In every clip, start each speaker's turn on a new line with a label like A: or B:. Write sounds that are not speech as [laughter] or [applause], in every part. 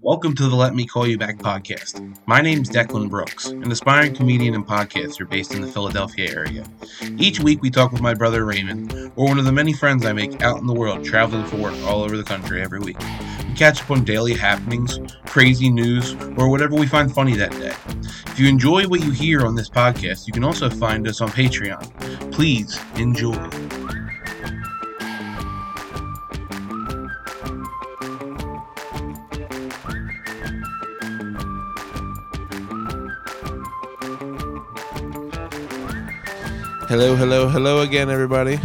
A: Welcome to the Let Me Call You Back podcast. My name's Declan Brooks, an aspiring comedian and podcaster based in the Philadelphia area. Each week we talk with my brother Raymond, or one of the many friends I make out in the world traveling for work all over the country every week. We catch up on daily happenings, crazy news, or whatever we find funny that day. If you enjoy what you hear on this podcast, you can also find us on Patreon. Please enjoy.
B: Hello, hello, hello again, everybody.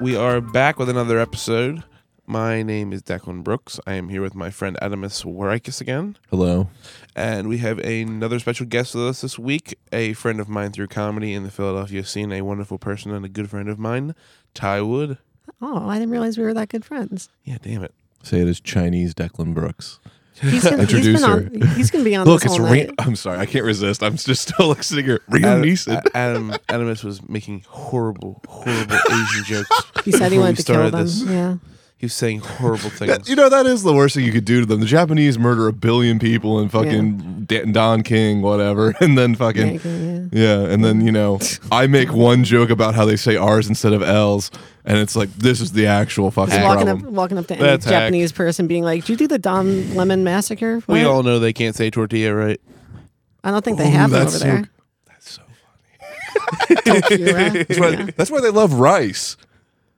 B: We are back with another episode. My name is Declan Brooks. I am here with my friend Adamus Warikis again.
C: Hello.
B: And we have another special guest with us this week, a friend of mine through comedy in the Philadelphia scene, a wonderful person and a good friend of mine, Ty Wood.
D: Oh, I didn't realize we were that good friends.
B: Yeah, damn it.
C: Say it as Chinese Declan Brooks.
D: He's gonna,
C: Introduce
D: he's been on, he's gonna be on
C: Look,
D: this
C: it's
D: all
C: Ri-
D: night.
C: I'm sorry, I can't resist. I'm just [laughs] still listening to Rio
B: Ad-
C: Neeson.
B: A- Adam Adamus was making horrible, horrible Asian jokes.
D: He
A: [laughs]
D: said he
B: before we
D: wanted to kill
B: started
D: them.
B: this.
D: Yeah.
B: He was saying horrible
C: That-
B: things.
C: you know that is the worst thing you could do to them. The Japanese murder a billion people and fucking Dan- Don King, whatever, [laughs] and then
D: Yeah,
C: fucking yeah,
D: yeah.
C: and then you know I make one joke about how they say R's instead of L's, and it's like this is the actual fucking
D: Just walking up,
C: problem.
D: walking up to any
C: That's hack.
D: Japanese person, being like, "Did you do the Don Lemon massacre?"
B: we
D: What?
B: all know they can't say tortilla, right?
D: I don't think
C: Ooh,
D: they have them
C: that's
D: over
C: so-
D: there. [laughs] That's so funny.
C: That's why, that's why they love rice.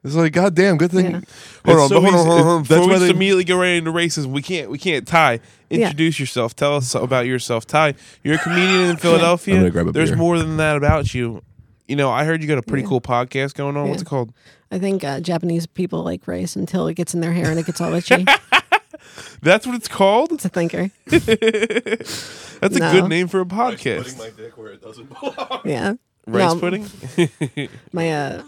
C: It's like goddamn good thing.
D: Yeah.
B: Hold
C: It's
B: on,
C: so
B: but hold on,
C: easy-
B: hold on, hold on.
C: That's why
B: Before we
C: they
B: just immediately go right into racism, we can't, we can't. Ty,
D: Yeah.
B: introduce yourself. Tell us about yourself, Ty. You're a comedian in Philadelphia.
C: I'm gonna grab a
B: There's
C: beer.
B: more than that about you. You know, I heard you got a pretty cool podcast going on. What's
D: Yeah.
B: it called?
D: I think uh, Japanese people like rice until it gets in their hair and it gets all itchy.
B: That's what it's called.
D: it's a thinker.
B: That's a
D: No.
B: good name for a podcast.
C: my dick where it doesn't [laughs] belong.
D: Yeah.
B: Rice
D: No,
B: pudding.
D: My uh,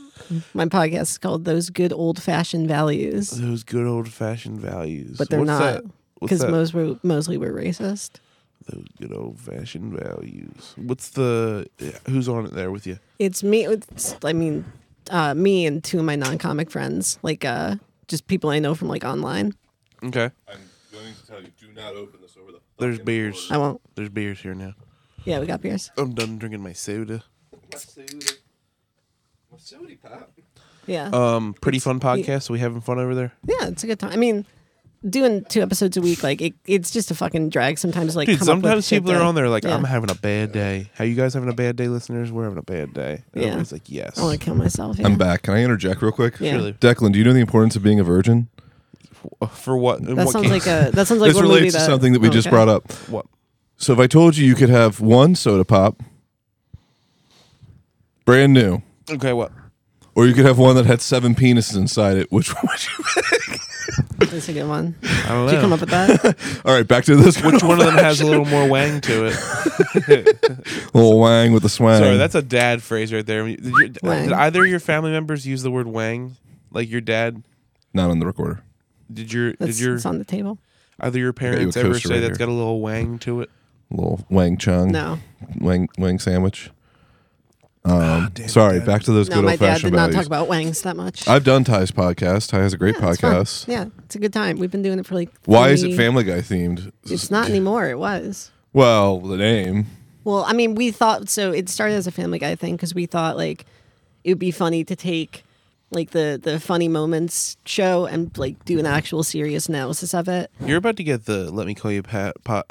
D: my podcast is called "Those Good Old Fashioned Values,"
B: Those good old fashioned values.
D: but they're
B: What's
D: not
B: that? What's
D: because
B: that?
D: most were, mostly we're racist.
B: Those good old fashioned values. What's the? Who's on it there with you?
D: It's me. It's, I mean, uh, me and two of my non-comic friends, like uh, just people I know from like online.
B: Okay.
C: I'm going to tell you, do not open this over the.
B: There's beers.
D: I won't.
B: There's beers here now.
D: Yeah, we got beers.
B: I'm done drinking my soda.
C: My soda, my soda pop.
D: Yeah,
B: Um, pretty fun podcast. So we having fun over there?
D: yeah, it's a good time. I mean, doing two episodes a week, like it, it's just a fucking drag sometimes. Like,
B: Dude,
D: come up with
B: sometimes
D: shit
B: people are
D: to-
B: on there like,
D: yeah.
B: I'm having a bad day. How you guys having a bad day, listeners? We're having a bad day. And
D: Yeah.
B: Everybody's like, yes.
D: I want to kill myself. Yeah.
C: I'm back. Can I interject real quick?
D: Yeah.
B: Surely.
C: Declan, do you know the importance of being a virgin?
B: Uh, For what? in
D: That
B: what
D: sounds like
B: case?
D: a. That sounds like
C: this
D: one movie
C: relates to
D: that,
C: something that we just
D: Okay.
C: brought up.
B: what?
C: So if I told you you could have one soda pop, brand new,
B: Okay, what?
C: or you could have one that had seven penises inside it, which [laughs] one would you?
D: That's a good one.
B: I don't know.
D: Did you come up with that?
C: All right, back to this.
B: Which one of them has
D: [laughs]
B: a little more wang to it?
C: [laughs] little wang with the swang?
B: Sorry, that's a dad phrase right there. Did, you, did
D: Wang.
B: either of your family members use the word wang? Like your dad?
C: not on the recorder.
B: Did your
D: That's
B: did your
D: it's on the table.
B: either your
C: you a
B: parents ever
C: coaster
B: say
C: right
B: that's
C: here.
B: got a little wang to it?
C: Little wang chung.
D: No,
C: Wang wang sandwich. Um, sorry, back to those
D: no,
C: good
D: my
C: old
D: dad did
C: fashioned
D: not
C: values.
D: talk about wangs that much.
C: I've done Ty's podcast. Ty has a
D: [laughs]
C: great
D: Yeah, it's fun.
C: podcast.
D: Yeah, it's a good time. We've been doing it for like.
C: Why is it
D: three-
C: Family Guy themed?
D: [laughs] It's not anymore. It was.
C: Well, the name.
D: Well, I mean, we thought so. It started as a Family Guy thing because we thought like it would be funny to take like the the funny moments show and like do an actual serious analysis of it.
B: You're about to get the "Let Me Call You pa- [laughs] po-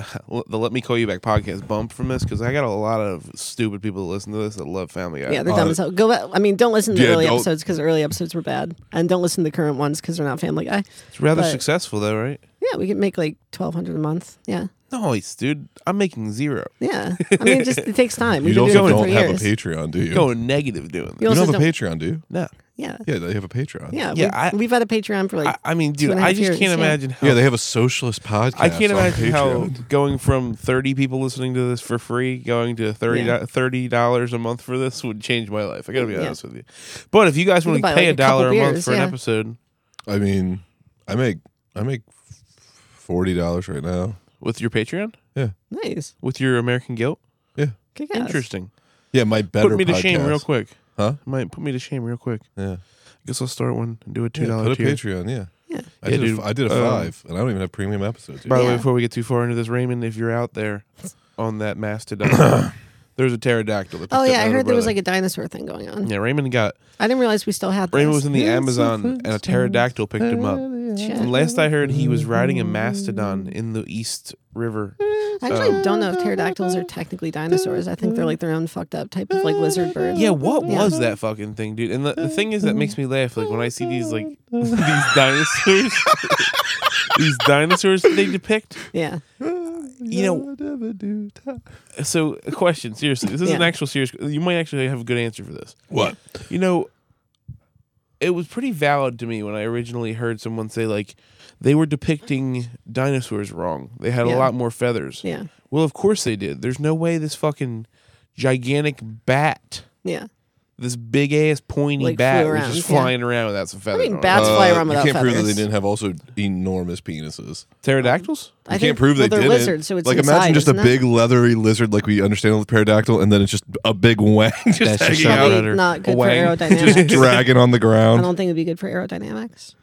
B: the "Let Me Call You Back" podcast bump from this because I got a lot of stupid people that listen to this that love Family Guy.
D: Yeah, they're dumb as hell. Go. back- I mean, don't listen to
C: Uh, Yeah,
D: early
C: don't-
D: episodes because early episodes were bad, and don't listen to the current ones because they're not Family Guy.
B: it's rather
D: but-
B: successful though, right?
D: Yeah, we could make like twelve hundred a month. Yeah,
B: Nice, dude. I'm making zero.
D: yeah. I mean, it just it
C: [laughs]
D: takes time.
C: You
D: We've
C: also
D: been doing it for
C: don't
D: three
C: have
D: years.
C: a Patreon, do you?
B: Going negative doing
D: You
B: this.
C: you
D: also
C: don't have a
D: don't-
C: Patreon, do you?
B: No.
D: Yeah,
C: Yeah, they have a Patreon.
D: yeah.
B: Yeah,
D: we've,
B: I-
D: we've had a Patreon for like.
B: I, I mean,
D: two
B: dude,
D: and a
B: I
D: half
B: just
D: years,
B: can't
D: yeah.
B: imagine how.
C: Yeah, they have a socialist podcast.
B: I can't
C: on
B: imagine how
C: Patreon.
B: going from 30 people listening to this for free going to 30
D: Yeah.
B: $30 a month for this would change my life. I got to be
D: Yeah.
B: honest with you. But if you guys
D: You
B: want
D: could
B: to
D: buy,
B: pay
D: like,
B: a
D: a couple
B: dollar a month
D: beers,
B: for an
D: yeah.
B: episode
C: I mean, I make I make forty dollars right now.
B: with your Patreon,
D: nice.
B: with your American Guilt,
C: Yeah,
D: Kick
B: interesting.
C: yeah. My better
B: put me to
C: podcast.
B: shame real quick.
C: Huh?
B: Might put me to shame real quick.
C: Yeah,
B: I guess I'll start one and do a two
C: yeah
B: dollar
C: put a
B: tier.
C: Patreon. Yeah,
B: Yeah,
C: I, did a
B: dude.
C: f I did a
B: Um,
C: five, and I don't even have premium episodes. dude.
B: By the way,
D: Yeah.
B: before we get too far into this, Raymond, if you're
D: [laughs]
B: out there on that mastodon, [coughs] there's a pterodactyl. That
D: Oh
B: picked up
D: yeah,
B: my
D: I
B: little
D: heard there was
B: brother.
D: like a dinosaur thing going on.
B: yeah. Raymond got
D: I didn't realize we still had.
B: Raymond
D: this. Mm-hmm.
B: was in the Amazon and a pterodactyl picked him up.
D: Shit.
B: And last I heard, he was riding a mastodon in the East River.
D: I actually don't know if pterodactyls are technically dinosaurs. I think they're like their own fucked up type of like lizard bird.
B: Yeah, what
D: Yeah.
B: was that fucking thing, dude? And the, the thing is that makes me laugh, like when I see these like [laughs] these dinosaurs, [laughs] these dinosaurs that they depict.
D: Yeah.
B: You know, so a question, seriously, this is an
D: Yeah.
B: actual serious. You might actually have a good answer for this.
E: What?
B: You know, it was pretty valid to me when I originally heard someone say like they were depicting dinosaurs wrong. They had
D: Yeah.
B: a lot more feathers.
D: Yeah.
B: Well, of course they did. There's no way this fucking gigantic bat,
D: Yeah.
B: this big ass pointy
D: Like,
B: bat,
D: flew
B: was just
D: around, yeah.
B: flying around without some
D: I
B: feathers.
D: mean,
B: on it.
D: bats fly around
C: Uh, you
D: without
C: can't prove that they
D: feathers.
C: didn't have also enormous penises.
B: Pterodactyls?
D: I
C: You
D: think-
C: can't prove they
D: well, they're
C: didn't.
D: lizards, so it's
C: like
D: inside,
C: imagine just a
D: isn't it?
C: big leathery lizard, like we understand with pterodactyl, and then it's just a big [laughs] wang just
B: That's
C: hanging
B: just
C: out,
B: [laughs] something.
D: Probably
B: Outrider.
D: not good for
C: [laughs]
B: Wang.
D: aerodynamics.
C: dragging on the
D: I
C: ground.
D: don't think it'd be good for aerodynamics.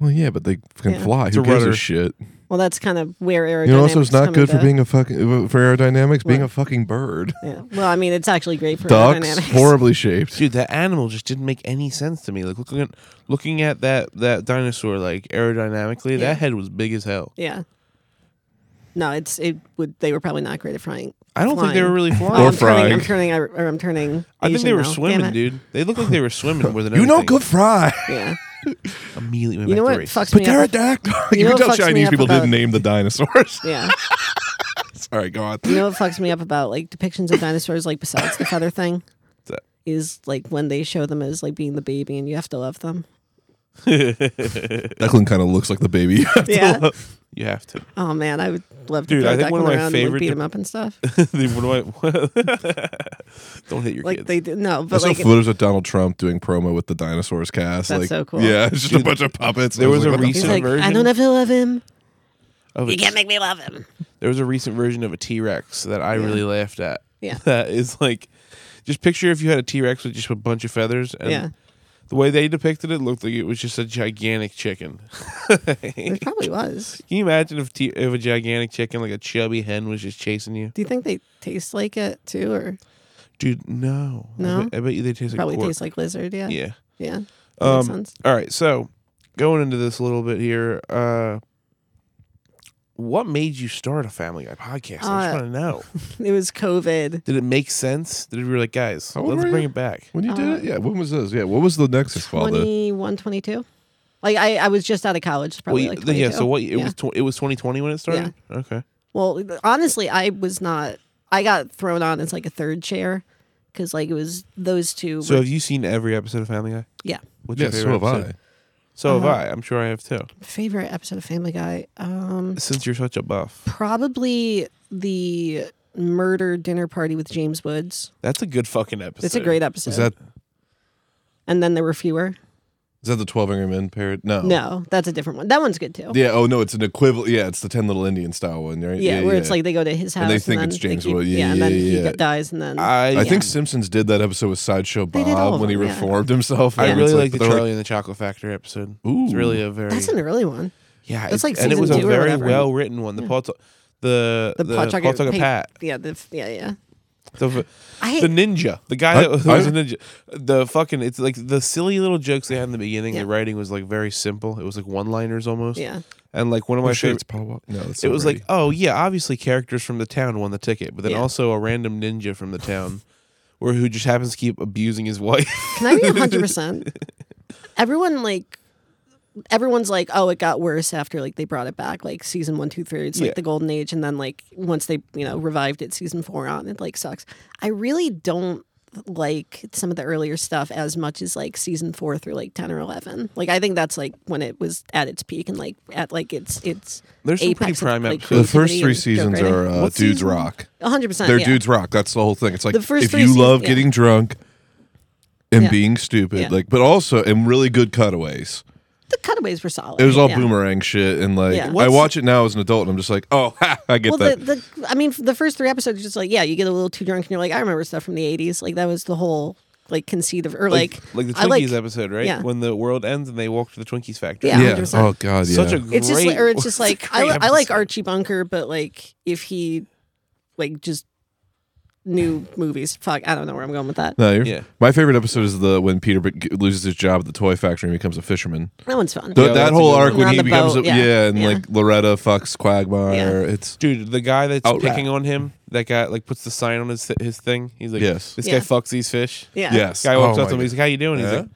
C: Well, yeah, but they can
D: Yeah.
C: fly.
B: a
C: Who gives a
B: rudder.
C: shit?
D: Well, that's kind of where aerodynamics.
C: You know, also it's
D: come
C: not
D: and
C: good for
D: go.
C: being a fucking for aerodynamics. Being
D: What?
C: a fucking bird,
D: Yeah. Well, I mean, it's actually great for
C: ducks
D: aerodynamics.
C: horribly shaped.
B: Dude, that animal just didn't make any sense to me. Like looking at looking at that that dinosaur like aerodynamically,
D: Yeah.
B: that head was big as hell.
D: Yeah. No, it's it would. They were probably not great at flying.
B: I don't think they were really flying.
C: Or
D: Oh, I'm turning. I'm
C: frying.
D: turning. I- or I'm turning.
B: I think
D: Asian
B: they were
D: now. Damn
B: swimming,
D: it.
B: dude. They looked like they were swimming more than
C: You
B: anything.
C: know, good fry.
D: Yeah.
B: Immediately went
D: You know
B: back
D: what
B: to race.
D: fucks
C: But
D: me up?
C: pterodactyl. [laughs]
D: You
C: You, can
D: know what
C: tell
D: fucks me
C: Chinese
D: up
C: people
D: about-
C: didn't name the dinosaurs. [laughs]
D: Yeah.
C: Sorry, go on.
D: You know what fucks me up about like depictions of dinosaurs, like besides the feather thing,
B: [laughs] that?
D: is like when they show them as like being the baby and you have to love
B: [laughs]
D: them.
C: Declan kind of looks like the baby. [laughs]
D: Yeah.
B: You have to.
D: [laughs]
B: [laughs]
D: oh man, I would love to
B: Dude,
D: throw
B: I think
D: Declan
B: one of my
D: around and
B: favorite
D: like, beat
B: dep-
D: him up and
B: [laughs]
D: stuff.
B: They- what do I- [laughs] don't hit your
D: Like
B: kids.
D: they did no,
C: I
D: but
C: saw
D: like
C: photos of Donald Trump doing promo with the dinosaurs cast.
D: That's
C: like,
D: so cool.
C: Yeah, it's just a bunch of puppets.
B: there
C: I
B: was a
C: like, what the
D: he's
B: recent
D: like, I
B: version
D: don't have to love him.
B: of
D: You
B: a
D: can't make me love him.
B: There was a recent version of a T Rex that I really laughed at.
D: Yeah.
B: [laughs] That is like, just picture if you had a T Rex with just a bunch of feathers. And
D: Yeah.
B: The way they depicted it looked like it was just a gigantic chicken. [laughs] Can
D: It
B: [laughs]
D: probably was.
B: you imagine if, t- if a gigantic chicken, like a chubby hen, was just chasing you?
D: Do you think they taste like it too, or
B: Dude, no. I
D: No?
B: bet, I bet you they taste
D: probably
B: like pork.
D: taste like lizard? Yeah,
B: yeah.
D: yeah. That makes
B: Um,
D: sense.
B: all right. So going into this a little bit here, uh, what made you start a Family Guy podcast? I
D: Uh,
B: just want to
D: [laughs]
B: know.
D: It was COVID.
B: Did it make sense? Did it be like, guys,
C: How old
B: let's
C: were
B: bring
C: you?
B: it back?
C: When you did
D: Uh,
C: it, yeah. When was this? Yeah, what was the Nexus called? The-
D: 21, 22? Like I, I was just out of college. Probably
B: Well,
D: like
B: y- yeah.
D: 22.
B: So what? It
D: Yeah.
B: was tw- it was 2020 when it started. Okay.
D: Well, honestly, I was not. I got thrown on as like a third chair because like it was those two.
B: So
D: were-
B: have you seen every episode of Family Guy?
D: yeah,
B: What's
C: yeah, so have I.
B: episode? So have
D: Uh-huh.
B: I. I'm sure I have too.
D: favorite episode of Family Guy. Um,
B: Since you're such a buff,
D: probably the murder dinner party with James Woods.
B: that's a good fucking episode.
D: It's a great episode.
C: Is that
D: and then there were fewer.
C: is that the Twelve Angry Men parrot? No.
B: Oh.
D: No, that's a different one. That one's good too.
C: Yeah. Oh no, it's an equivalent. Yeah, it's the Ten Little Indian style one, right?
D: Yeah, where it's like they go to his house
C: And they think
D: then
C: it's James
D: keep-
C: Woods. Yeah,
D: and
C: yeah,
D: then he
C: yeah.
D: get- dies, and then
B: I
C: I think Simpsons did that episode with Sideshow
D: They did all
C: Bob
D: of
C: when he
D: them, yeah.
C: reformed himself.
B: I
C: and
B: really
C: it's
B: like the
C: they're
B: Charlie and the Chocolate Factory episode. It's
C: Ooh.
B: really a very
D: that's an early one.
B: yeah.
D: that's
B: it's-
D: like
B: and it was a
D: season two or
B: very
D: whatever. Hmm.
B: well written one. The Paul T- the the,
D: The Paul Tucker
B: Paul Tucker
D: Pat-
B: Pat
D: Yeah, the, yeah, yeah.
B: the, uh, the
D: I
B: ninja the guy
C: I-
B: that was
C: I-
B: a ninja the fucking it's like the silly little jokes they had in the beginning.
D: Yeah.
B: The writing was like very simple. It was like one liners almost.
D: yeah.
B: And like one of my
C: Oh, shit,
B: favorite
C: it's Paul Walker. No, it's
B: it was
C: Silverady.
B: like, oh yeah, obviously characters from the town won the ticket, but then
D: Yeah.
B: also a random ninja from the town, or who just happens to keep abusing his wife. [laughs]
D: Can I be hundred percent? Everyone like everyone's like, oh, it got worse after like they brought it back, like season one, two, three. It's
B: Yeah.
D: like the golden age, and then like once they you know revived it, season four on, it like sucks. I really don't like some of the earlier stuff as much as like season four through like ten or eleven. Like I think that's like when it was at its peak and like at like its its
B: There's some pretty
D: apex of,
B: prime
D: like,
B: episodes.
C: the first
D: creativity
C: three
D: and joke
C: seasons
D: writing.
C: are uh,
B: What
C: dudes
B: season?
C: rock.
D: hundred percent.
C: They're
D: yeah.
C: dudes rock. That's the whole thing. It's like
D: The first
C: if
D: three
C: you
D: seasons,
C: love
D: yeah.
C: getting drunk and
D: Yeah.
C: being stupid,
D: Yeah.
C: like, but also and really good cutaways.
D: The cutaways were solid.
C: It was all
D: yeah.
C: boomerang shit, and like
D: Yeah.
C: I
B: What's-
C: watch it now as an adult, and I'm just like, oh, [laughs] ha, I get
D: well,
C: that.
D: The, the I mean, the first three episodes, are just like yeah, you get a little too drunk, and you're like, I remember stuff from the '80s. Like that was the whole like conceit of or like,
B: like the
D: I
B: Twinkies
D: like-
B: episode, right?
D: yeah.
B: When the world ends and they walk to the Twinkies factory.
D: Yeah.
C: yeah.
D: 100%.
C: Oh God. Yeah.
B: Such a great.
D: it's just like- or it's
B: [laughs]
D: just like I,
B: great
D: li- I like
B: episode.
D: Archie Bunker, but like if he like just new movies. Fuck, I don't know where I'm going with that.
C: no, you're-
B: Yeah.
C: My favorite episode is the when Peter Be- loses his job at the toy factory and becomes a fisherman.
D: That one's fun.
C: Th-
B: Yeah, that's
C: that
B: a
C: whole
B: good
C: arc
D: one.
C: when
D: On
C: he
D: the
C: becomes
D: boat,
C: a,
D: yeah.
C: yeah, and
D: Yeah.
C: like Loretta fucks Quagmire. It's
B: Dude, the guy that's
C: Outright.
B: picking on him, that guy like puts the sign on his his thing. He's like,
C: Yes.
B: this
D: Yeah.
B: guy fucks these fish.
D: yeah.
C: yes.
B: Guy walks
C: Oh
B: up to
C: my
B: him. He's like, "How you doing?" He's
C: Yeah.
B: like,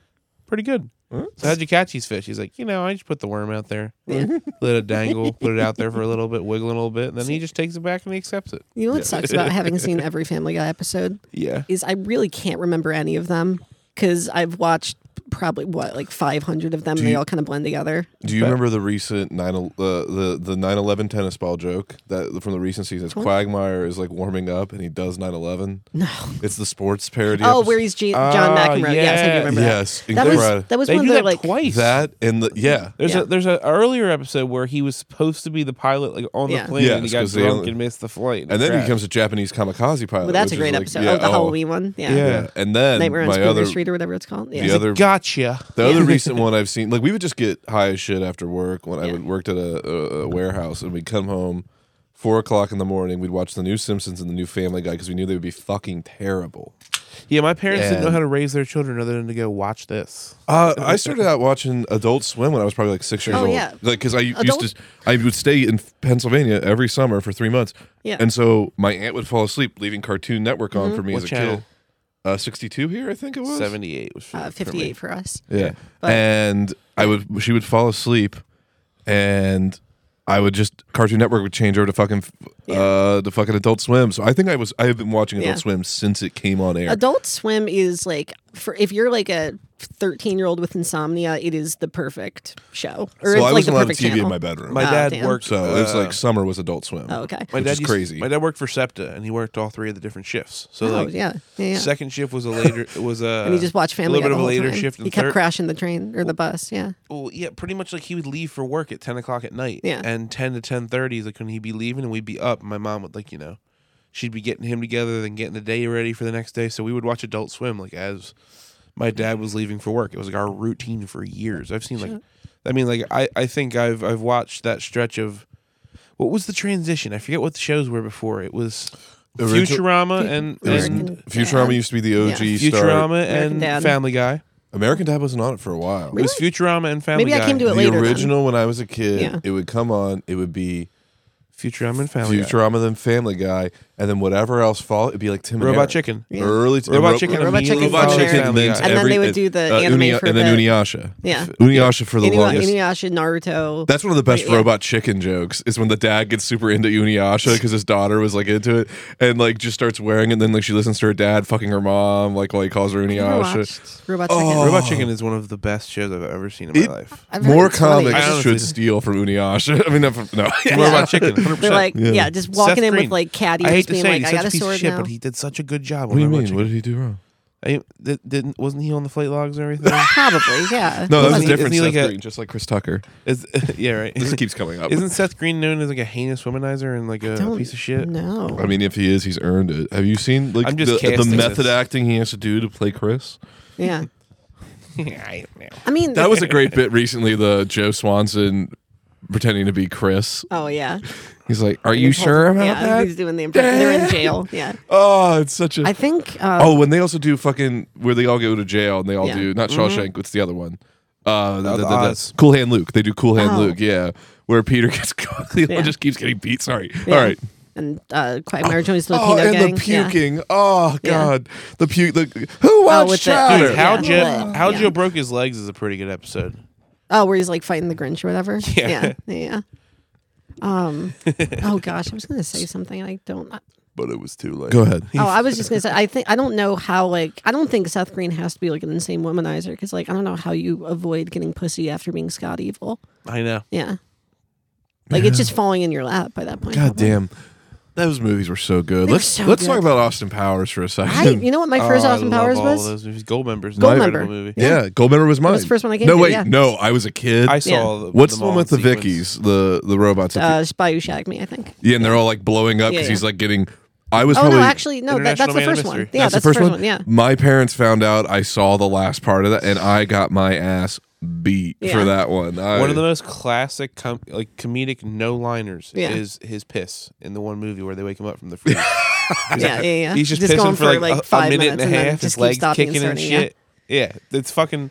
B: "Pretty good." So how'd you catch these fish? He's like, "You know, I just put the worm out there,
D: [laughs] Yeah.
B: let it dangle, put it out there for a little bit, wiggle a little bit, and then
D: [laughs]
B: he just takes it back and he accepts it."
D: You know what sucks about
B: [laughs]
D: having seen every Family Guy episode
B: Yeah,
D: is I really can't remember any of them because I've watched probably what like 500 of them. and they
C: you-
D: all kind of blend together.
C: Do you remember the recent nine el- uh, the the nine eleven tennis ball joke that from the recent season? It's Quagmire is like warming up and he does nine eleven.
D: No.
C: It's the sports parody.
D: Oh,
C: episode. Ah,
D: where he's G- John
B: Oh,
D: McEnroe. Yes, I do
B: yeah.
D: remember
C: yes,
D: that. That was
C: incredible.
D: that was
B: they
D: one
B: do
D: of their
B: that
D: like
B: twice.
C: that and the yeah.
B: there's
D: Yeah.
B: a there's an earlier episode where he was supposed to be the pilot like on
D: Yeah.
B: the plane
C: Yeah,
B: and he
C: it's
B: got
C: 'cause they
B: drunk
C: only-
B: and missed the flight.
C: And then he
B: crashed.
C: becomes a Japanese kamikaze pilot.
D: Well, that's
C: which
D: a
C: is,
D: great
C: like,
D: episode.
C: yeah,
D: oh, the Halloween one. Yeah.
B: Yeah.
C: Yeah. And then
D: Nightmare on
C: my
D: Spooner
C: other
D: Street or whatever it's called. Yeah.
C: the other
B: gotcha.
C: The
D: [laughs]
C: other recent one I've seen, like we would just get high as shit after work when I
D: Yeah.
C: would worked at a, a, a warehouse, and we'd come home four o'clock in the morning. We'd watch the new Simpsons and the new Family Guy because we knew they would be fucking terrible.
B: Yeah, my parents didn't know
C: And-
B: how to raise their children other than to go watch this.
C: Uh, I started out watching Adult Swim when I was probably like six years
D: Oh,
C: old.
D: yeah.
C: Like because I
D: Adult-
C: used to, I would stay in Pennsylvania every summer for three months.
D: Yeah. Mm-hmm.
C: And so my aunt would fall asleep, leaving Cartoon Network on for me
B: What
C: as a
B: channel?
C: kid. Uh, Sixty-two here, I think it was.
B: Seventy eight was for,
D: Uh,
B: for me.
D: 58 for us.
C: Yeah.
D: But-
C: and I would she would fall asleep and I would just Cartoon Network would change over to fucking uh to fucking Adult Swim. So I think I was I have been watching Adult
D: Yeah. Uh,
C: Swim since it came on air.
D: Adult Swim is like for if you're like a 13 year old with insomnia, it is the perfect show.
C: well,
D: Or it's
C: I
D: like
C: wasn't
D: the
C: allowed a
D: perfect
C: TV
D: channel.
C: in my bedroom.
B: My
D: Oh,
B: dad
D: damn.
B: worked.
C: so it was
B: uh,
C: like summer was Adult Swim.
D: oh, okay.
B: my
C: which
B: dad
C: is
B: used-
C: crazy.
B: My dad worked for SEPTA and he worked all three of the different shifts. So
D: oh,
B: like
D: yeah. Yeah. yeah.
B: second shift was a later it was a
D: and he just watched Family
B: a little
D: Guy
B: bit of
D: the
B: a
D: whole
B: later
D: time.
B: shift. And
D: He kept
B: third-
D: crashing the train or the bus. Yeah.
C: Oh
B: Well, yeah, pretty much like he would leave for work at ten o'clock at night.
D: Yeah.
B: And ten to ten thirty is like when he'd be leaving and we'd be up. My mom would like, you know, she'd be getting him together, then getting the day ready for the next day. So we would watch Adult Swim like as my dad was leaving for work. It was like our routine for years. I've seen like I mean like I, I think I've I've watched that stretch of what was the transition? I forget what the shows were before. It was
C: Original-
B: Futurama and,
C: It was-
B: and
D: American
C: Futurama
D: Dad.
C: used to be the OG star.
B: Futurama
D: American
B: and
D: Dad.
B: Family Guy.
C: American Dad wasn't on it for a while.
B: It was Futurama and Family
D: Maybe
B: Guy.
D: I came to it
C: the
D: later. then.
C: original when I was a kid,
D: Yeah.
C: it would come on, it would be
B: Futurama and Family Guy.
C: Futurama, then Family Guy, and then whatever else followed, it'd be like Tim and
B: Robot
C: Eric.
B: Chicken.
D: Yeah.
C: Early t-
B: Robot
C: Ro-
B: Chicken.
D: Robot Chicken
B: immediately
D: Robot
B: followed
D: Chicken,
B: Family
D: then
B: Guy.
D: And they would do the anime for
C: uh, and
D: a
C: then
D: bit.
C: Uniyasha.
D: Yeah.
C: Uniyasha for the
D: Inu-
C: longest.
D: Inuyasha, Naruto.
C: That's one of the best
D: Wait, yeah.
C: robot chicken jokes. Is when the dad gets super into Uniyasha because his daughter was like into it and like just starts wearing it. And then like she listens to her dad fucking her mom like while he calls her
D: Never
C: Uniyasha.
D: watched Robot
C: Oh.
D: Chicken.
B: Robot Chicken is one of the best shows I've ever seen in my
C: It-
D: [laughs]
B: life.
D: I've heard
C: More
D: it's funny.
C: comics
B: I honestly-
C: should steal from Uniyasha. [laughs] I mean, not from, no,
B: Robot Chicken. 100%.
D: They're like, yeah, just walking
B: Seth
D: in
B: Green.
D: with like caddy,
B: I hate
D: just
B: to
D: being
B: say,
D: like,
B: he's
D: I
B: such
D: got
B: a
D: a
B: piece of
D: sword
B: shit,
D: now.
B: but he did such a good job.
C: What do you
B: on Robot
C: mean? What
B: Chicken.
C: did he do wrong?
B: I, th- didn't wasn't he on the flight logs
C: [laughs]
B: and everything? [laughs]
D: Probably, yeah.
C: No, that was
B: Isn't he-
C: different.
B: isn't he
C: Seth
B: like a-
C: Green, just like Chris Tucker.
B: Is, yeah, right.
C: This
B: [laughs]
C: keeps coming up.
B: Isn't Seth Green known as like a heinous womanizer and like a
D: Don't
B: piece of shit? [laughs]
D: No.
C: I mean, if he is, he's earned it. Have you seen like
B: I'm just
C: the, the
B: casting
C: method
B: this.
C: acting he has to do to play Chris?
D: yeah.
B: I don't know.
D: I mean,
C: That was a [laughs] great bit recently. The Joe Swanson pretending to be Chris.
D: Oh yeah.
C: He's like, "Are you sure about
D: yeah, he's
C: that?"
D: doing the impression. They're in jail. Yeah.
C: Oh, it's such a.
D: I think. Uh,
C: oh, when they also do fucking where they all go to jail and they all
D: Yeah.
C: do not Shawshank. What's the other one? Uh, Mm-hmm. the, the, the,
B: Oz.
C: Cool Hand Luke. They do Cool Hand
D: Oh.
C: Luke. Yeah, where Peter [laughs] gets caught. He
D: Yeah.
C: just keeps getting beat. Sorry.
D: yeah.
C: All right.
D: And uh, Quagmire Jones
C: Oh,
D: Latino
C: and
D: gang.
C: the
D: yeah.
C: puking. Oh
D: Yeah. Oh,
C: God, the puke. The who watched
D: with the-
C: Chowder?
B: Dude, how
D: Yeah.
B: Joe
D: Yeah.
B: how
D: Yeah.
B: Joe broke his legs is a pretty good episode.
D: Oh, where he's like fighting the Grinch or whatever.
B: Yeah.
D: Yeah. Yeah.
C: [laughs]
D: Um. oh gosh, I was gonna say something. I don't.
B: But it was too late.
C: Go ahead.
D: Oh, I was just gonna say. I think I don't know how. Like, I don't think Seth Green has to be like an insane womanizer because, like, I don't know how you avoid getting pussy after being Scott Evil.
B: I know.
D: Yeah. Like
C: [laughs]
D: it's just falling in your lap by that point.
C: God damn. Those movies were so good.
D: They were
C: let's
D: so
C: let's talk
D: good.
C: about Austin Powers for a second.
D: I, you know what my first
B: Oh, I
D: Austin
B: love
D: Powers
B: all
D: was?
B: those movies. Gold members.
D: Goldmember.
B: movie.
C: [laughs] yeah, Goldmember was mine.
D: the first one I came
C: No,
D: to,
C: wait,
D: yeah.
C: no, I was a kid.
B: I saw. The,
C: What's
B: them
C: the one
B: all
C: with the
B: in sequence.
C: Vickies, the the robots?
D: Uh, Spy Who Shagged Me, I think.
C: yeah, and they're all like blowing up because
D: Yeah,
C: he's
D: yeah.
C: like getting I was
D: Oh
C: probably
D: no, actually no. That,
B: International
D: that's the
B: Man of
D: first one.
B: Mystery.
D: Yeah, that's, the first one. Yeah.
C: My parents found out I saw the last part of that, and I got my ass beat
D: Yeah.
C: for that one. I,
B: One of the most classic, com- like comedic no liners
D: Yeah.
B: is his piss in the one movie where they wake him up from the freeze.
D: [laughs]
B: He's
D: Yeah,
B: like-
D: yeah, yeah.
B: He's just,
D: Just
B: pissing
D: going for,
B: for like,
D: like,
B: a- a,
D: five
B: minute and
D: minutes
B: a
D: and then
B: half.
D: just
B: His
D: keep
B: legs
D: stopping and
B: kicking and
D: starting, yeah.
B: shit. Yeah. it's fucking.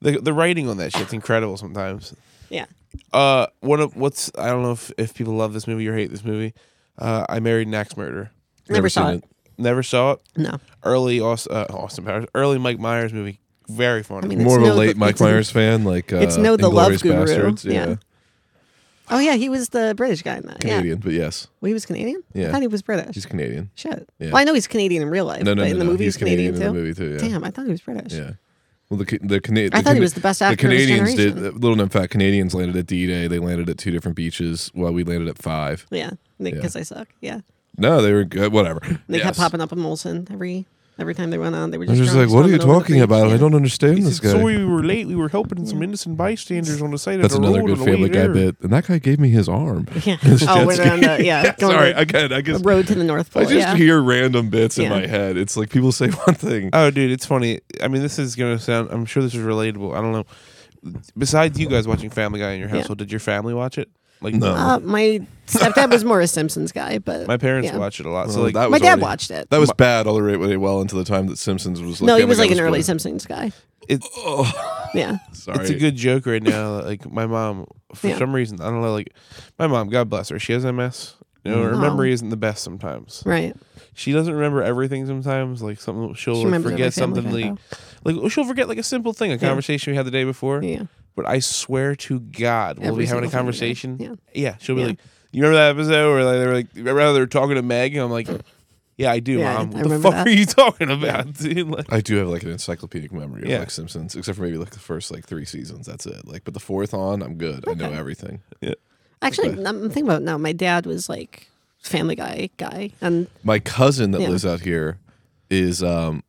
B: The, the writing on that shit's incredible sometimes.
D: Yeah.
B: Uh, one of what's I don't know if, if people love this movie or hate this movie. Uh, I married an axe murderer.
D: Never, saw
C: seen
D: it.
B: Never saw it.
D: No.
B: Early Austin, uh, Austin Powers. Early Mike Myers movie. Very funny.
D: I mean,
C: more of
D: It's
C: a
D: no-
C: late Mike
D: it's a-
C: Myers fan, like uh,
D: it's no the love
C: Inglourious
D: guru.
C: Bastards,
D: Yeah. Oh yeah, he was the British guy in that. Yeah.
C: Canadian, but yes,
D: Well, he was Canadian.
C: Yeah.
D: I thought he was British.
C: he's Canadian.
D: Shit.
C: Yeah.
D: Well, I know he's Canadian in real life,
C: No, no,
D: but
C: no,
D: in the
C: no,
D: movie
C: he's
D: he's Canadian,
C: in the
D: too.
C: movie too. Yeah,
D: Damn, I thought he was British.
C: yeah. Well, the Ca- the Canadian.
D: I thought he was the best actor
C: The
D: of his
C: Canadians did.
D: generation.
C: Little known fact: Canadians landed at D Day. They landed at two different beaches, while we landed at five.
D: Yeah,
C: Yeah.
D: because I suck. Yeah,
C: No, they were good. Whatever.
D: they
C: Yes.
D: kept popping up in Molson every every time they went on. They were
C: I was
D: just,
C: just
D: drunk
C: like, what are
D: storming
C: you
D: over the
C: talking
D: beach."
C: about? I
D: Yeah.
C: don't understand
B: He
C: this
B: said,
C: guy.
B: Sorry, we were late. We were helping some innocent bystanders on the side
C: That's
B: of the
C: another
B: road.
C: good
B: on the way
C: Family Guy
B: there."
C: bit. And that guy gave me his arm.
D: [laughs]
C: [laughs]
D: Yeah.
C: His
D: [laughs] oh,
C: jet
D: we're
C: ski.
D: on the yeah.
C: [laughs]
D: going
C: Sorry,
D: to
C: again, I
D: [laughs] the
C: guess
D: road to the North Pole.
C: I just
D: yeah.
C: hear random bits in
D: Yeah.
C: my head. It's like people say [laughs] one thing.
B: Oh, dude, it's funny. I mean, this is gonna sound. I'm sure this is relatable. I don't know. Besides you guys watching Family Guy in your
D: Yeah.
B: household, did your family watch it? Like
C: No.
D: Uh, my stepdad was more a Simpsons guy, but
B: My parents
D: yeah.
B: watch it a lot. so
C: Well,
B: like,
C: that
D: My
C: was
D: dad
C: already-
D: watched it.
C: That was bad all the way- way well until the time that Simpsons was like
D: no, he
C: Family
D: was
C: Guy
D: like an early
C: good. [laughs]
D: Simpsons guy.
B: it,
D: Yeah,
C: Oh, Sorry.
B: It's a good joke
C: [laughs]
B: right now. Like my mom, for
D: Yeah.
B: some reason, I don't know. Like my mom, God bless her, she has MS. You know, her
D: Oh.
B: memory isn't the best sometimes.
D: right.
B: She doesn't remember everything sometimes. Like something she'll
D: She
B: like,
D: remembers
B: forget
D: every Family
B: something
D: Guy,
B: like, like she'll forget like a simple thing, a conversation we had the day before.
D: Yeah,
B: But I swear to God, we'll
D: Every
B: be having a
D: single Family Guy.
B: conversation.
D: Yeah.
B: she'll be
D: Yeah.
B: like, "You remember that episode where like, they were like, remember how they were talking to Meg?" And I'm like, "Yeah, I do,
D: Yeah,
B: mom.
D: I
B: What the
D: remember
B: fuck
D: that.
B: are you talking about, [laughs] dude?" Like,
C: I do have like an encyclopedic memory of
B: Yeah.
C: like Simpsons, except for maybe like the first like three seasons. That's it. Like, but the fourth on, I'm good. I know everything.
D: actually, I'm thinking about it now. My dad was like Family Guy guy, and
C: My cousin that
D: Yeah.
C: lives out here is um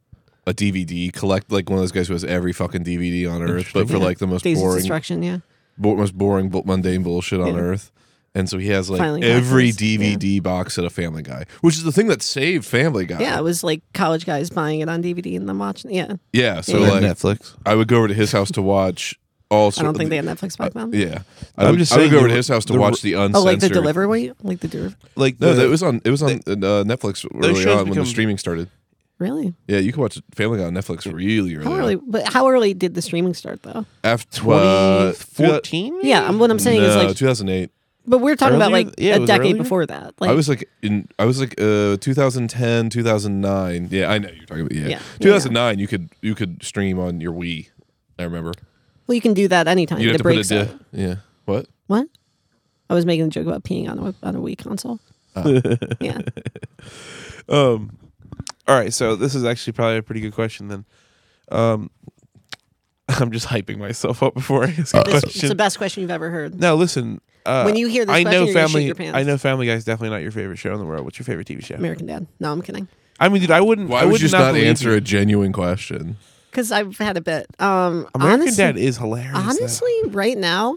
C: a DVD collect like one of those guys who has every fucking DVD on earth, but for
D: Yeah.
C: like the most
D: Days of
C: boring
D: Destruction. Yeah,
C: bo- most boring, bu- mundane bullshit on
D: Yeah.
C: earth. And so he has like
D: Filing
C: every
D: cabinets, yeah.
C: DVD box set of Family Guy, which is the thing that saved Family Guy.
D: yeah. It was like college guys buying it on DVD and then watching. Yeah,
C: yeah. So
D: Yeah.
C: like,
B: Netflix.
C: I would go over to his house to watch all.
D: I don't
C: sort-
D: think they had Netflix back then.
C: Yeah, I
B: I'm
C: would,
B: just
C: I would
B: saying
C: go over
B: the-
C: to his house to
B: the-
C: watch the uh, uncensored.
D: Oh, like the delivery, like the delivery.
B: Like
C: No,
B: the,
C: that was on. It was on uh, Netflix early
B: shows
C: on when the
B: become-
C: streaming started.
D: Really?
C: Yeah, you could watch Family Guy on Netflix really early.
D: How early? But how early did the streaming start, though?
C: After
B: 2014.
D: Yeah, and what I'm saying
C: uh, no,
D: is like,
C: 2008.
D: but we're talking about
B: Earlier?
D: like
B: Yeah, it
D: a
B: was
D: decade
B: earlier?
D: before that. Like,
C: I was like in. I was like uh, 2010, 2009. Yeah, I know you're talking about. Yeah,
D: Yeah.
C: 2009. You could you could stream on your Wii. I remember.
D: well, you can do that anytime.
C: You
D: It
C: have to put a
D: breaks.
C: di-
D: up.
C: Yeah. What?
D: What? I was making a joke about peeing on a on a Wii console.
C: Ah.
D: yeah,
B: Um, all right, so this is actually probably a pretty good question then. Um, [laughs] I'm just hyping myself up before I ask a
C: [laughs]
D: this, it's the
B: question.
D: best question you've ever heard.
B: Now listen. Uh,
D: When you hear this
B: I
D: question,
B: know
D: you're gonna
B: Family.
D: shit your pants.
B: I know Family Guy is definitely not your favorite show in the world. What's your favorite TV show?
D: American Dad. No, I'm kidding.
B: I mean, dude, I wouldn't.
C: Why
B: I
C: would you
B: would
C: just not
B: believe
C: answer
B: you.
C: a genuine question?
D: Because I've had a bit. Um,
B: American
D: honestly,
B: Dad is hilarious. though.
D: honestly, right now,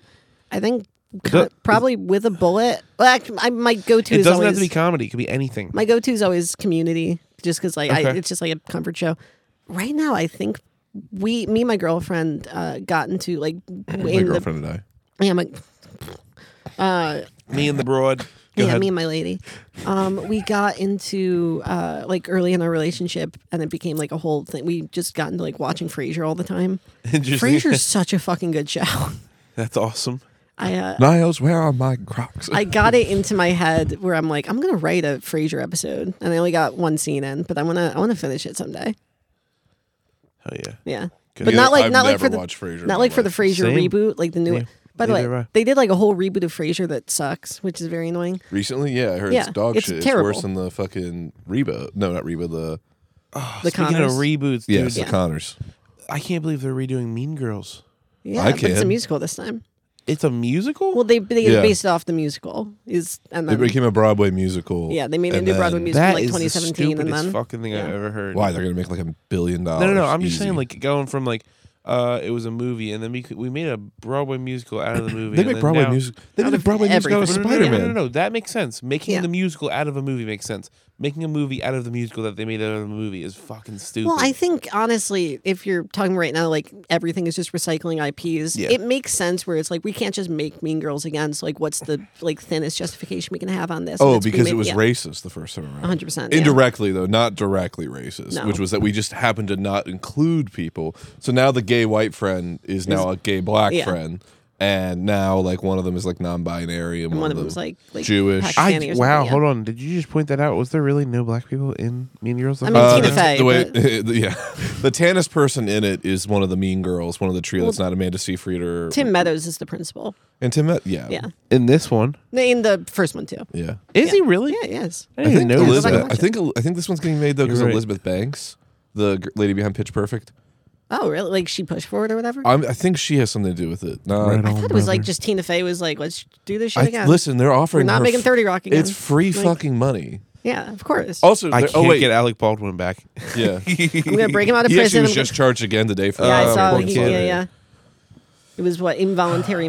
D: I think
B: Do-
D: probably with a bullet. Well, actually, I, my go-to
B: it
D: is
B: doesn't
D: always
B: have to be comedy. It could be anything.
D: My go to is always Community, just because like I,
B: Okay.
D: it's just like a comfort show. Right now, I think we, me, and my girlfriend, uh, got into like
C: My
D: in the
C: girlfriend and I.
D: yeah, my, uh,
B: me and the broad. Go
D: yeah,
B: ahead.
D: me and my lady, um, we got into uh, like early in our relationship, and it became like a whole thing. We just got into like watching Frasier all the time.
B: [laughs] Interesting.
D: Frasier's such a fucking good show. [laughs]
B: That's awesome.
D: I uh,
C: Niles, where are my Crocs? [laughs]
D: I got it into my head where I'm like, I'm gonna write a Frasier episode, and I only got one scene in, but I wanna I wanna finish it someday.
B: Hell yeah.
D: Yeah.
B: Good.
D: But not like
C: I've
D: not like
C: never
D: for the
C: watched Frasier in my
D: not like for the
C: life.
D: Frasier
B: Same.
D: reboot, like the new.
B: Yeah.
D: By the
B: Neither
D: way,
B: have I.
D: they did like a whole reboot of Frasier that sucks, which is very annoying.
C: Recently, yeah, I heard
D: Yeah,
C: it's dog
D: it's
C: shit.
D: terrible.
C: It's worse than the fucking Reba. No, not Reba. The
D: the
B: Oh, Speaking
D: Connors.
B: of reboots, dude,
C: yes, the Connors.
B: I can't believe they're redoing Mean Girls.
D: yeah,
C: I
D: but it's a
C: can.
D: musical this time.
B: It's a musical.
D: Well, they they
C: Yeah.
D: based it off the musical is and
C: It
D: then
C: became a Broadway musical.
D: yeah they made a
C: and
D: new
C: then-
D: Broadway musical
B: That
D: in, like
B: is the
D: 2017 and
B: stupidest
D: then
B: fucking thing I've
D: Yeah.
B: ever heard.
C: Why they're gonna make like a billion dollars?
B: No, no, no. I'm just
C: easy.
B: saying, like going from like, uh, it was a movie, and then we, c- we made a Broadway musical out of
C: [clears throat]
B: the movie.
C: they
B: and
C: make
B: then
C: Broadway
B: now-
C: music. They
D: Out
C: made a
D: of
C: Broadway music out of
D: everything.
B: No, no,
C: Spider
B: no, no,
C: Man.
B: no, no, that makes sense. Making
D: Yeah.
B: the musical out of a movie makes sense. making a movie out of the musical that they made out of the movie is fucking stupid.
D: Well, I think honestly, if you're talking right now, like everything is just recycling IPs,
B: Yeah.
D: it makes sense where it's like we can't just make Mean Girls again. So like, what's the like thinnest justification we can have on this?
C: Oh,
D: Let's
C: because
D: remake-
C: it was
D: yeah,
C: racist the first time around.
D: 100%. yeah.
C: Indirectly, though, not directly racist,
D: No.
C: which was that we just happened to not include people. So now the gay white friend is now a gay black
D: Yeah.
C: friend. And now, like, one of them is like non binary and,
D: And one of them was like, like
C: Jewish.
B: I-
D: Pakistani or
B: wow,
D: something, yeah.
B: hold on. Did you just point that out? Was there really no black people in Mean Girls?
D: I mean,
C: Uh,
D: Tina
C: the-
D: Fey,
C: the way, [laughs]
D: but-
C: the- yeah, the Tannis person in it is one of the mean girls, one of the trio that's not Amanda Seyfried or
D: Tim Meadows is the principal.
C: and Tim. Yeah,
D: Yeah,
B: in this one,
D: in the first one too.
C: yeah.
B: is
D: Yeah.
B: he really?
D: Yeah, yes.
B: I
C: I
B: didn't
C: think
D: Elizabeth-
B: know that.
C: Elizabeth.
D: watch
C: I
D: it.
C: think I think this one's getting made though because
B: You're right.
C: Elizabeth Banks, the g- lady behind Pitch Perfect.
D: Oh, really? Like she pushed forward or whatever.
C: I'm, I think she has something to do with it. No,
B: Right
D: I
B: on,
D: thought it was like
B: brother.
D: just Tina Fey was like, let's do this shit
C: I,
D: again.
C: listen, they're offering.
D: We're not
C: her
D: making
C: f-
D: 30 Rock again.
C: It's free
D: Like-
C: fucking money.
D: yeah, of course.
C: Also,
B: I
C: they're-
B: can't
C: oh wait,
B: get Alec Baldwin back.
D: [laughs]
C: yeah.
D: I'm gonna break
C: [laughs]
D: him out of
C: He actually
D: prison.
C: was
D: I'm gonna-
C: just charged again today for.
D: Yeah, I
C: Oh,
D: saw.
C: poor
D: he-
C: kid.
D: yeah, yeah. It was what involuntary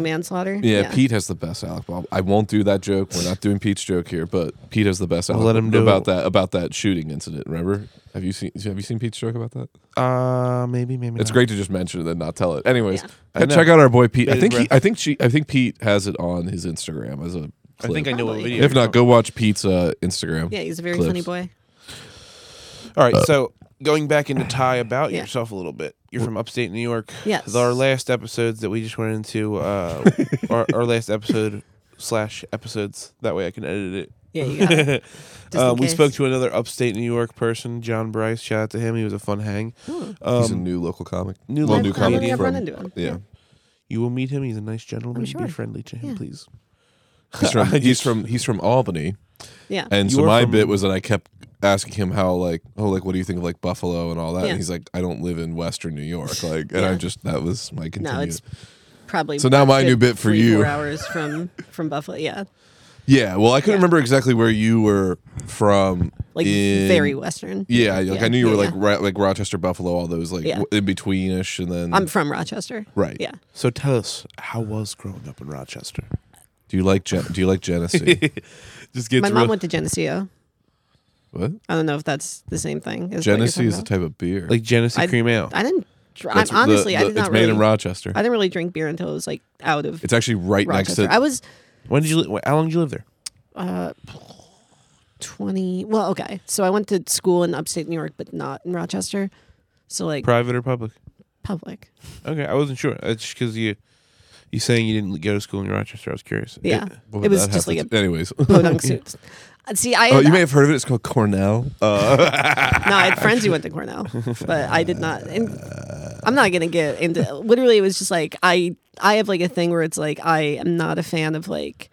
C: [sighs]
D: manslaughter.
C: Yeah, Pete has the best Alec Bob. I won't do that joke. We're not doing Pete's joke here, but Pete has the best Alec.
B: let him do
C: about
B: it.
C: that about that shooting incident. Remember? Have you seen Have you seen Pete's joke about that?
B: Uh, maybe, maybe.
C: It's
B: not.
C: great to just mention it and not tell it. Anyways,
D: Yeah.
C: uh,
B: know.
C: check out our boy Pete. I
B: Bated
C: think he,
B: breath.
C: I think she I think Pete has it on his Instagram as a.
B: I think I
C: clip.
B: know what
D: Probably.
B: video.
C: If not, go watch Pete's uh, Instagram.
D: Yeah, he's a very
C: Clips.
D: funny boy.
B: All right, so going back
D: [sighs]
B: into Ty about
D: Uh, Yeah.
B: yourself a little bit. You're from upstate New York.
D: Yes.
B: Our last episodes that we just went
D: [laughs]
B: into, uh, our, our last episode slash episodes. That way I can edit
D: Yeah, you got it.
B: [laughs] it.
D: Just in
B: Uh, we
D: case.
B: spoke to another upstate New York person, John Bryce. Shout out to him. He was a fun hang.
D: Oh.
B: Um,
C: He's a new local comic.
B: new
C: well, new
D: I've-
B: local
D: I don't
C: comedy
D: think I've run
C: from-
D: into him.
B: [laughs]
C: Yeah,
B: you will meet him. He's a nice gentleman.
D: sure.
B: Be friendly to him,
D: Yeah.
B: please.
C: he's from he's from he's from Albany,
D: Yeah.
C: and
B: You
C: so
B: are
C: my
B: from-
C: bit was that I kept asking him how like oh like what do you think of like Buffalo and all that,
D: Yeah.
C: and he's like I don't live in Western New York, like and I
D: Yeah.
C: just that was my continued.
D: No, it's probably.
C: So now
D: a
C: my
D: good
C: new bit for
D: three,
C: you.
D: Four hours from from Buffalo. Yeah,
C: yeah, well I couldn't
D: Yeah.
C: remember exactly where you were from, [laughs]
D: like
C: in-
D: very western.
C: Yeah, like I
D: Yeah,
C: knew you were
D: yeah,
C: like Ro- like Rochester, Buffalo, all those like
D: Yeah.
C: w- in betweenish, and then
D: I'm from Rochester.
C: right.
D: Yeah.
B: So tell us, how was growing up in Rochester?
C: Do you like Gen- Do you like
D: [laughs]
C: Genesee?
B: Just gets
D: my
B: real-
D: mom went to Geneseo.
C: what?
D: I don't know if that's the same thing. as what you're
C: Genesee
D: talking
C: is the
D: about.
C: type of beer.
B: like Genesee
D: I-
B: Cream Ale.
D: I didn't. dr- I'm,
C: That's the-
D: honestly, I
C: the-
D: did not
C: It's made
D: really.
C: in Rochester.
D: I didn't really drink beer until it was like out of
C: It's actually right next
D: Rochester.
C: to.
D: I was
B: when did you? li- How long did you live there?
D: uh, 20 well okay so i went to school in upstate new york but not in rochester so like
B: Private or public?
D: public
B: Okay, I wasn't sure. It's just because you you saying you didn't go to school in Rochester. I was curious.
D: yeah
C: What
B: It-
D: it
C: would
D: was
C: that
D: just
C: have
D: like a
C: to- anyways. [laughs]
D: podunk suits Uh, see i
C: Oh,
D: had,
C: you may have heard of it. It's called Cornell. Uh,
D: no, I had friends who went to cornell but i did not and i'm not gonna get into literally it was just like i i have like a thing where it's like i am not a fan of like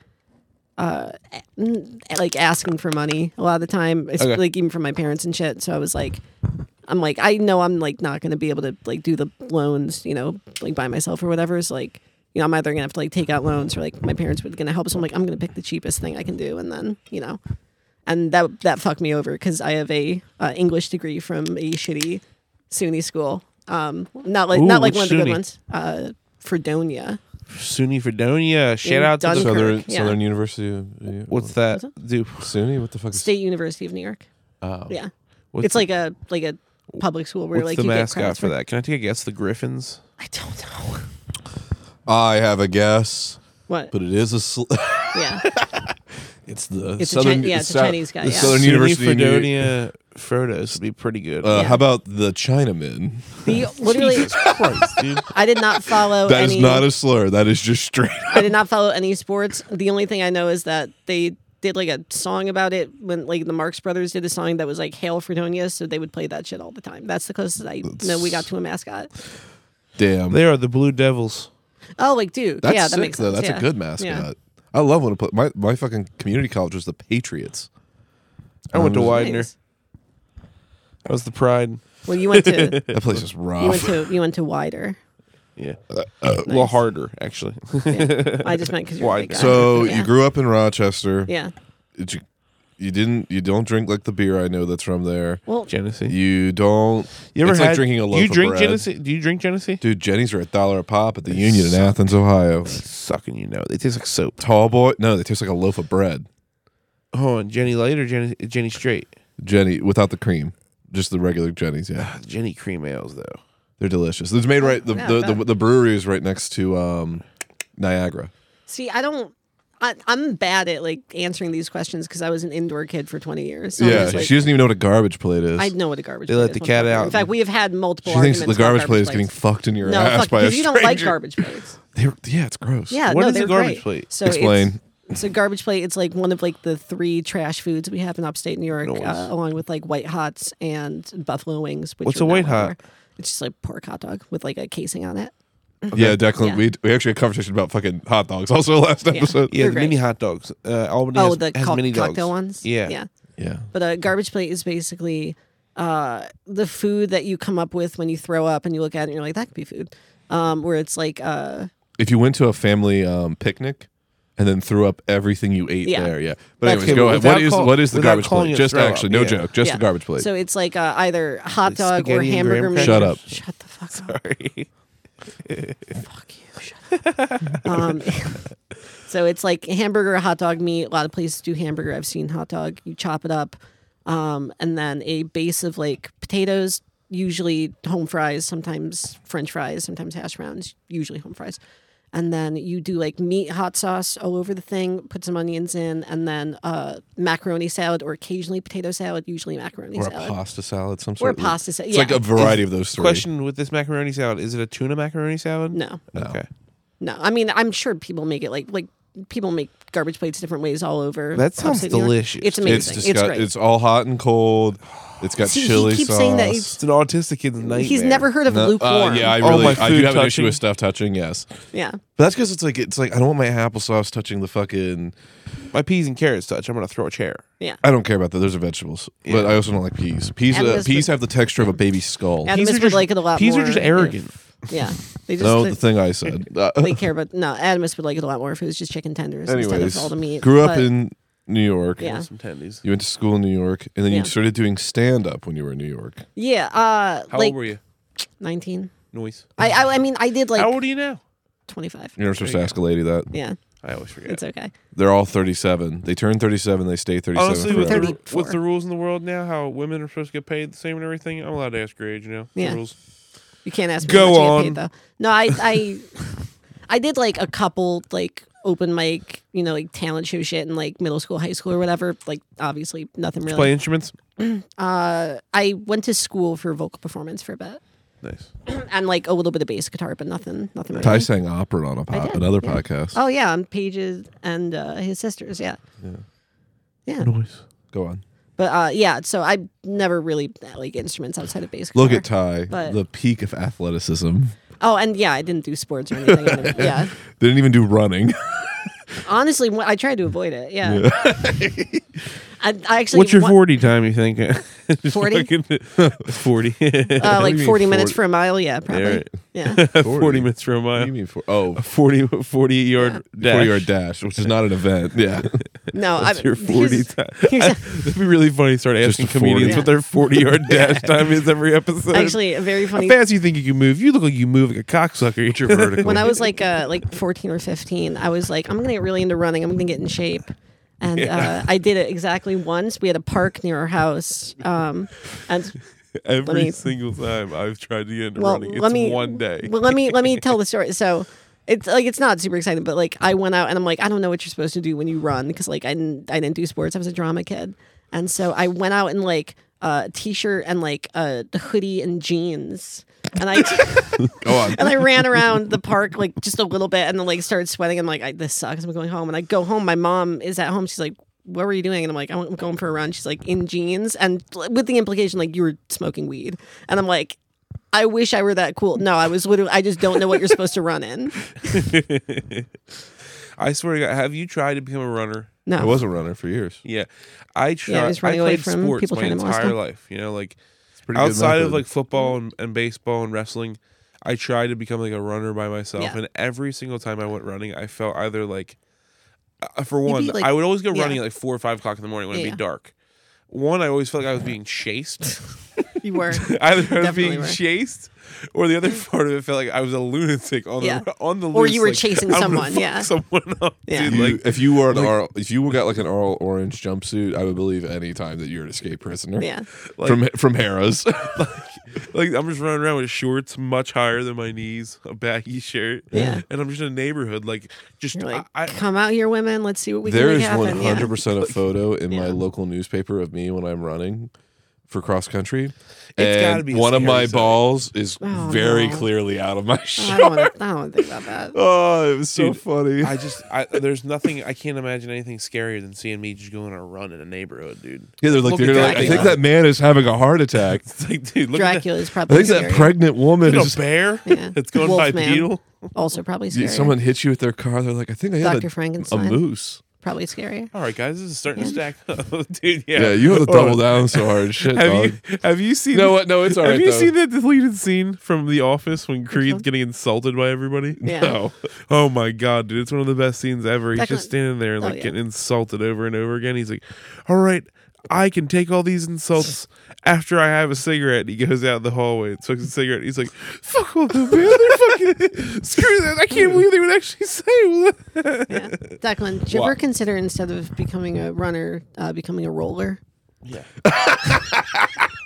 D: uh mm, like asking for money a lot of the time it's
B: Okay.
D: like even from my parents and shit so i was like I'm like, I know I'm like not going to be able to like do the loans, you know, like by myself or whatever. So like, you know, I'm either going to have to like take out loans or like my parents would going to help. So I'm like, I'm going to pick the cheapest thing I can do, and then you know, and that that fucked me over because I have a uh, English degree from a shitty SUNY school. Um, not like
B: Ooh,
D: not like
B: which
D: one of the good
B: SUNY?
D: ones. Uh, Fredonia.
B: SUNY Fredonia. Shout
D: In
B: out to the,
D: Dunkirk.
C: Southern
D: yeah.
C: Southern University. Of, yeah,
B: what's that? Dude,
C: SUNY? What the fuck? Is,
D: State University of New York.
C: oh.
D: Yeah,
B: what's
D: it's like a like a public school where
B: what's
D: like
B: the
D: you get
B: mascot
D: credits
B: for that? Can I take a guess? The Griffins.
D: I don't know [laughs]
C: I have a guess,
D: what.
C: but it is a. Sl- [laughs]
D: yeah,
C: it's the
D: It's a Chi-
C: Southern.
D: yeah,
C: the
D: it's a
C: Sou-
D: Chinese guy,
C: The
D: yeah.
C: Southern
B: SUNY
C: University. of New-
B: Fredonia Frodos would be pretty good.
C: Uh,
D: Yeah.
C: How about the Chinaman? [laughs]
D: the literally.
B: Christ, dude.
D: I did not follow.
C: That is
D: any...
C: not a slur. That is just straight.
B: [laughs]
D: I did not follow any sports. The only thing I know is that they did like a song about it when like the Marx Brothers did a song that was like Hail Fredonia, so they would play that shit all the time. That's the closest I know we got to a mascot.
C: Damn.
B: They are the Blue Devils.
D: Oh, like dude,
C: That's
D: yeah, that
C: sick
D: makes
C: though.
D: sense.
C: That's
D: yeah.
C: a good mascot.
D: Yeah.
C: I love when it put my my fucking community college was the Patriots.
B: I went to
C: Um,
B: Widener.
D: Nice.
B: That was the Pride.
D: Well, you
C: [laughs]
D: went to
C: That place is rough. Uh,
D: you went to you went to wider.
B: Yeah. Well,
D: Nice.
B: harder actually. [laughs]
D: Yeah. I just meant because you're a big guy.
B: Widener.
C: so
D: yeah.
C: you grew up in Rochester.
D: yeah.
C: Did you you didn't you don't drink like the beer I know that's from there.
D: Well,
B: Genesee.
C: You don't.
B: You ever
C: it's
B: had
C: like drinking a loaf
B: You
C: of
B: drink
C: bread.
B: Genesee? Do you drink Genesee?
C: Dude, Jenny's are a dollar a pop at the Union in Athens, Ohio.
B: Sucking, you know, they taste like soap.
C: Tall boy? No, they taste like a loaf of bread.
B: Hold on, Jenny light or Jenny, Jenny straight?
C: Jenny without the cream, just the regular Jennies. Yeah,
B: Jenny cream ales though.
C: they're delicious. It's made right the
D: Yeah,
C: the, the,
D: but-
C: the brewery is right next to um, Niagara.
D: See, I don't. I, I'm bad at like answering these questions because I was an indoor kid for 20 years. So I'm
C: yeah,
D: just, like,
C: she doesn't even know what a garbage plate is.
D: I know what a garbage.
B: They
D: plate
B: let
D: is
B: the
D: when
B: cat
D: I was
B: out
D: young. In fact,
B: and-
D: we have had multiple.
C: she thinks the
D: arguments about
C: garbage plate is
D: plates.
C: getting fucked in
B: [laughs]
C: your
D: no,
C: ass
D: fuck,
C: by a
D: because you don't like
C: stranger.
D: garbage plates.
C: They were- yeah, it's gross.
D: Yeah,
B: What
D: no,
B: is a
D: they're
B: garbage
D: great.
B: plate?
D: So
C: Explain.
D: It's, so garbage plate. It's like one of like the three trash foods we have in upstate New York, uh, along with like white hots and buffalo wings. Which
B: What's
D: are
B: a
D: not
B: white
D: one of
B: hot?
D: our- It's just like pork hot dog with like a casing on it.
C: Yeah, Declan,
D: Yeah.
C: We, we actually had a conversation about fucking hot dogs also [laughs] last episode.
B: Yeah,
D: They're
B: the mini
D: great.
B: hot dogs. Uh, Albany
D: oh,
B: has,
D: the
B: has
D: co-
B: mini dogs.
D: cocktail ones.
B: Yeah.
D: yeah.
C: Yeah.
D: But a garbage plate is basically uh, the food that you come up with when you throw up, and you look at it and you're like, that could be food. Um, where it's like uh,
C: If you went to a family um, picnic and then threw up everything you ate
D: Yeah.
C: there, yeah. But anyways,
B: That's- okay,
C: go
B: but
C: ahead. What
B: without
C: is
B: call-
C: what is the
B: without
C: garbage
B: calling
C: plate?
B: it
C: Just
B: throw up,
C: actually, no
B: yeah.
C: joke, just
D: Yeah.
C: the garbage plate.
D: So it's like uh, either hot
B: Like
D: dog or
B: spaghetti and graham
D: hamburger. meat.
C: Shut up.
D: Shut the fuck up.
B: Sorry.
D: [laughs] Fuck you. Shut up. um, [laughs] so it's like hamburger, hot dog meat. A lot of places do hamburger. I've seen hot dog. You chop it up, um, and then a base of like potatoes, usually home fries, sometimes French fries, sometimes hash browns, usually home fries. And then you do like meat hot sauce all over the thing, put some onions in, and then uh, macaroni salad or occasionally potato salad, usually macaroni
C: or a
D: salad.
C: pasta salad, some
D: or
C: sort of
D: a pasta salad.
C: It's
D: yeah.
C: like a variety of those three.
B: Question with this macaroni salad: Is it a tuna macaroni salad?
D: no.
B: Okay.
D: No, I mean, I'm sure people make it like like people make garbage plates different ways all over.
B: That sounds
D: upstate New York.
B: delicious,
D: It's
B: dude.
C: It's
D: amazing. It's,
C: disgust-
D: great.
C: It's all hot and cold. It's got
D: See, he
C: chili
D: keeps
C: sauce.
D: saying that
B: It's an autistic kid's nightmare.
D: He's never heard of
C: No, uh,
D: lukewarm.
C: yeah, I
B: All
C: really
B: my
C: I do
B: food
C: have an issue
B: touching.
C: with stuff touching. Yes,
D: yeah.
C: but that's because it's like it's like I don't want my applesauce touching the fucking.
B: My peas and carrots touch. I'm gonna throw a chair.
C: I don't care about that. Those are vegetables, but I also don't like peas. Peas
D: Adam
C: uh,
D: is-
C: peas have the texture of a baby's skull.
D: Adam
B: Peas
D: is
B: are
D: would
B: just-
D: like it a lot
B: peas are
D: more.
B: just
D: if-
B: arrogant.
D: yeah,
C: [laughs]
D: they just
C: No,
D: they,
C: the thing I
D: [laughs]
C: said. Uh,
D: they care about no. Adamus would like it a lot more if it was just chicken tenders instead
C: anyways,
D: of all the meat.
C: grew up
D: But
C: in New York.
D: yeah,
B: Some tendies.
C: You went to school in New York, and then you
D: Yeah.
C: started doing stand up when you were in New York.
D: yeah. Uh,
B: How
D: like
B: old were you?
D: nineteen.
B: Noise.
D: I, I I mean, I did
B: How
D: like
B: old are you now?
D: twenty-five.
C: You're not supposed to ask a lady that.
D: Yeah,
B: I always forget.
D: it's okay.
C: They're all 37. They turn 37. They stay 37.
B: Honestly, with the,
C: forever.
B: ru- with
D: 34.
B: the rules in the world now, how women are supposed to get paid the same and everything, I'm allowed to ask your age, you know? the
D: Yeah.
B: Rules.
D: You can't ask me how
B: Go
D: much I get
B: on.
D: paid, though. No, I I I did like a couple like open mic, you know, like talent show shit in like middle school, high school or whatever. Like obviously nothing really.
B: Play instruments.
D: Uh I went to school for vocal performance for a bit.
B: Nice.
D: and like a little bit of bass guitar, but nothing nothing really.
C: Ty sang opera on a
D: I
C: po-
D: did,
C: another
D: yeah.
C: podcast.
D: Oh yeah, on Pages and uh, his sisters, yeah. Yeah.
B: Noise.
C: Go on.
D: But uh yeah, so I never really like instruments outside of bass guitar.
C: Look at Ty,
D: But-
C: the peak of athleticism.
D: Oh, and yeah, I didn't do sports or anything. yeah.
C: Didn't even do
B: [laughs]
C: running.
D: Honestly, wh- I tried to avoid it. Yeah. [laughs] I, I actually
B: What's your
D: wa-
B: 40 time, you think? [laughs]
D: 40?
B: 40.
D: uh, like
C: do you mean
D: 40 minutes
C: 40?
D: for a mile. Yeah, probably.
B: right.
D: Yeah.
B: 40 minutes for a
C: What do
B: mile.
C: you mean for? Oh,
B: 40, 40 yard dash.
C: 40 yard dash, which is not an
B: [laughs]
C: event. Yeah.
D: No,
B: That's
D: I,
B: your 40
D: here's-
B: time.
D: [laughs] here's-
B: [laughs] That'd be really funny. Start
C: Just
B: asking
C: a 40.
B: comedians what
D: [laughs]
B: their 40 yard dash time is every episode.
D: actually, a very
B: How
D: funny.
B: fast you think you can move? You look like you move like a cocksucker. You're [laughs] vertical.
D: When I was like uh, like 14 or 15, I was like, I'm going to get really into running. I'm going to get in shape. And uh, I did it exactly once. We had a park near our house. Um, and
B: Every
D: Let me-
B: single time I've tried to get into
D: well,
B: running, it's
D: let me
B: one day.
D: Well, let me let
B: [laughs]
D: me tell the story. So it's like it's not super exciting, but like I went out and I'm like I don't know what you're supposed to do when you run because like I didn't I didn't do sports. I was a drama kid, and so I went out in like a t-shirt and like a hoodie and jeans, and
B: [laughs]
D: I.
C: Go on.
D: and I ran around the park like just a little bit, and then like started sweating. I'm like, I, this sucks. I'm going home, and I go home. My mom is at home. She's like, "What were you doing?" And I'm like, "I'm going for a run." She's like, "In jeans," and with the implication like you were smoking weed. And I'm like, I wish I were that cool. No, I was literally. I just don't know what you're supposed to run in.
B: [laughs] I swear to God, have you tried to become a runner?
C: [laughs] I
D: No,
C: was a runner for years.
B: Yeah, I tried.
D: I was running away
B: played
D: from
B: sports
D: people
B: my
D: trying to molest
B: entire
D: them.
B: life. You know, like
C: pretty good
B: outside of
C: method.
B: like football and, and baseball and wrestling, I tried to become like a runner by myself.
D: Yeah.
B: And every single time I went running, I felt either like, uh, for
D: be,
B: one,
D: like-
B: I would always go
D: yeah.
B: running at like four or five o'clock in the morning when it'd
D: Yeah. [laughs]
B: be dark. One, I always felt like I was being chased. [laughs]
D: You were.
C: [laughs]
B: Either I was
D: Definitely
B: being
D: were.
B: chased, or
D: [laughs]
B: the other part of it felt like I was a lunatic on
D: Yeah.
B: the on the
D: Or
B: loose,
D: you were
B: like,
D: chasing
B: [laughs] I'm gonna
D: someone,
B: fuck
D: yeah.
B: someone up,
D: [laughs] Yeah.
B: dude.
C: You-
B: Like
C: if you were an RL if you got like an RL orange jumpsuit, I would believe any time that you're an escape prisoner.
D: Yeah.
C: from from
B: [laughs]
C: Harrah's.
B: like I'm just running around with shorts much higher than my knees, a baggy shirt,
D: Yeah.
B: and I'm just in a neighborhood like just
D: You're like,
B: I, I,
D: come out here, women. Let's see what we
C: there
D: can
C: is
D: make happen. Yeah.
C: 100% a
D: [laughs]
C: photo in my
D: Yeah.
C: local newspaper of me when I'm running for cross country.
B: It's gotta
C: And
B: be a
C: one of
B: scary
C: my
B: sight.
C: balls is
D: Oh,
C: very
D: no.
C: clearly out of [laughs] my
D: Oh, I don't
C: shirt.
D: wanna- I don't want to think about that.
C: [laughs] Oh, it was so
B: Dude,
D: [laughs]
C: funny.
B: I just I, there's nothing I can't imagine anything scarier than seeing me just go on a run in a neighborhood, dude. [laughs]
C: yeah, they're like,
B: look
C: they're
B: at
C: like
B: that.
C: I think that man is having a heart
B: [laughs]
C: attack.
B: It's like, dude, look
D: Dracula is
C: I
D: probably
C: think that
D: scary.
C: pregnant woman
B: at that. Is
C: is.
B: it a bear
D: [laughs]
C: [laughs]
D: Yeah.
B: that's going
D: Wolfman.
B: bipedal.
D: also probably
C: Yeah,
D: scary.
C: Someone hits you with their car. They're like, I think I had
D: Dr.
C: a, a
D: Frankenstein.
C: moose. [laughs]
D: Probably scary.
B: All right, guys, this is starting to
D: Yeah.
B: stack up, [laughs] dude. Yeah,
C: Yeah, you have to
B: Hold on.
C: double down so hard. Shit,
B: Have
C: dog.
B: you have you seen?
C: You know what? No, it's all
B: [laughs] have
C: right.
B: you
C: though.
B: seen that deleted scene from The Office when
D: one?
B: Creed's getting insulted by everybody? [laughs]
D: Yeah.
C: No.
B: Oh my god, dude! It's one of the best scenes ever. He's
D: That
B: just
D: con-
B: standing there and
D: Oh,
B: like
D: yeah.
B: getting insulted over and over again. He's like, "All right, I can take all these insults after I have a cigarette." He goes out the hallway and smokes a cigarette. He's like, "Fuck all the man, they're fucking [laughs] screw that! I can't believe they would actually say." [laughs] that."
D: Yeah. Declan, did you ever consider instead of becoming a runner, uh, becoming a roller?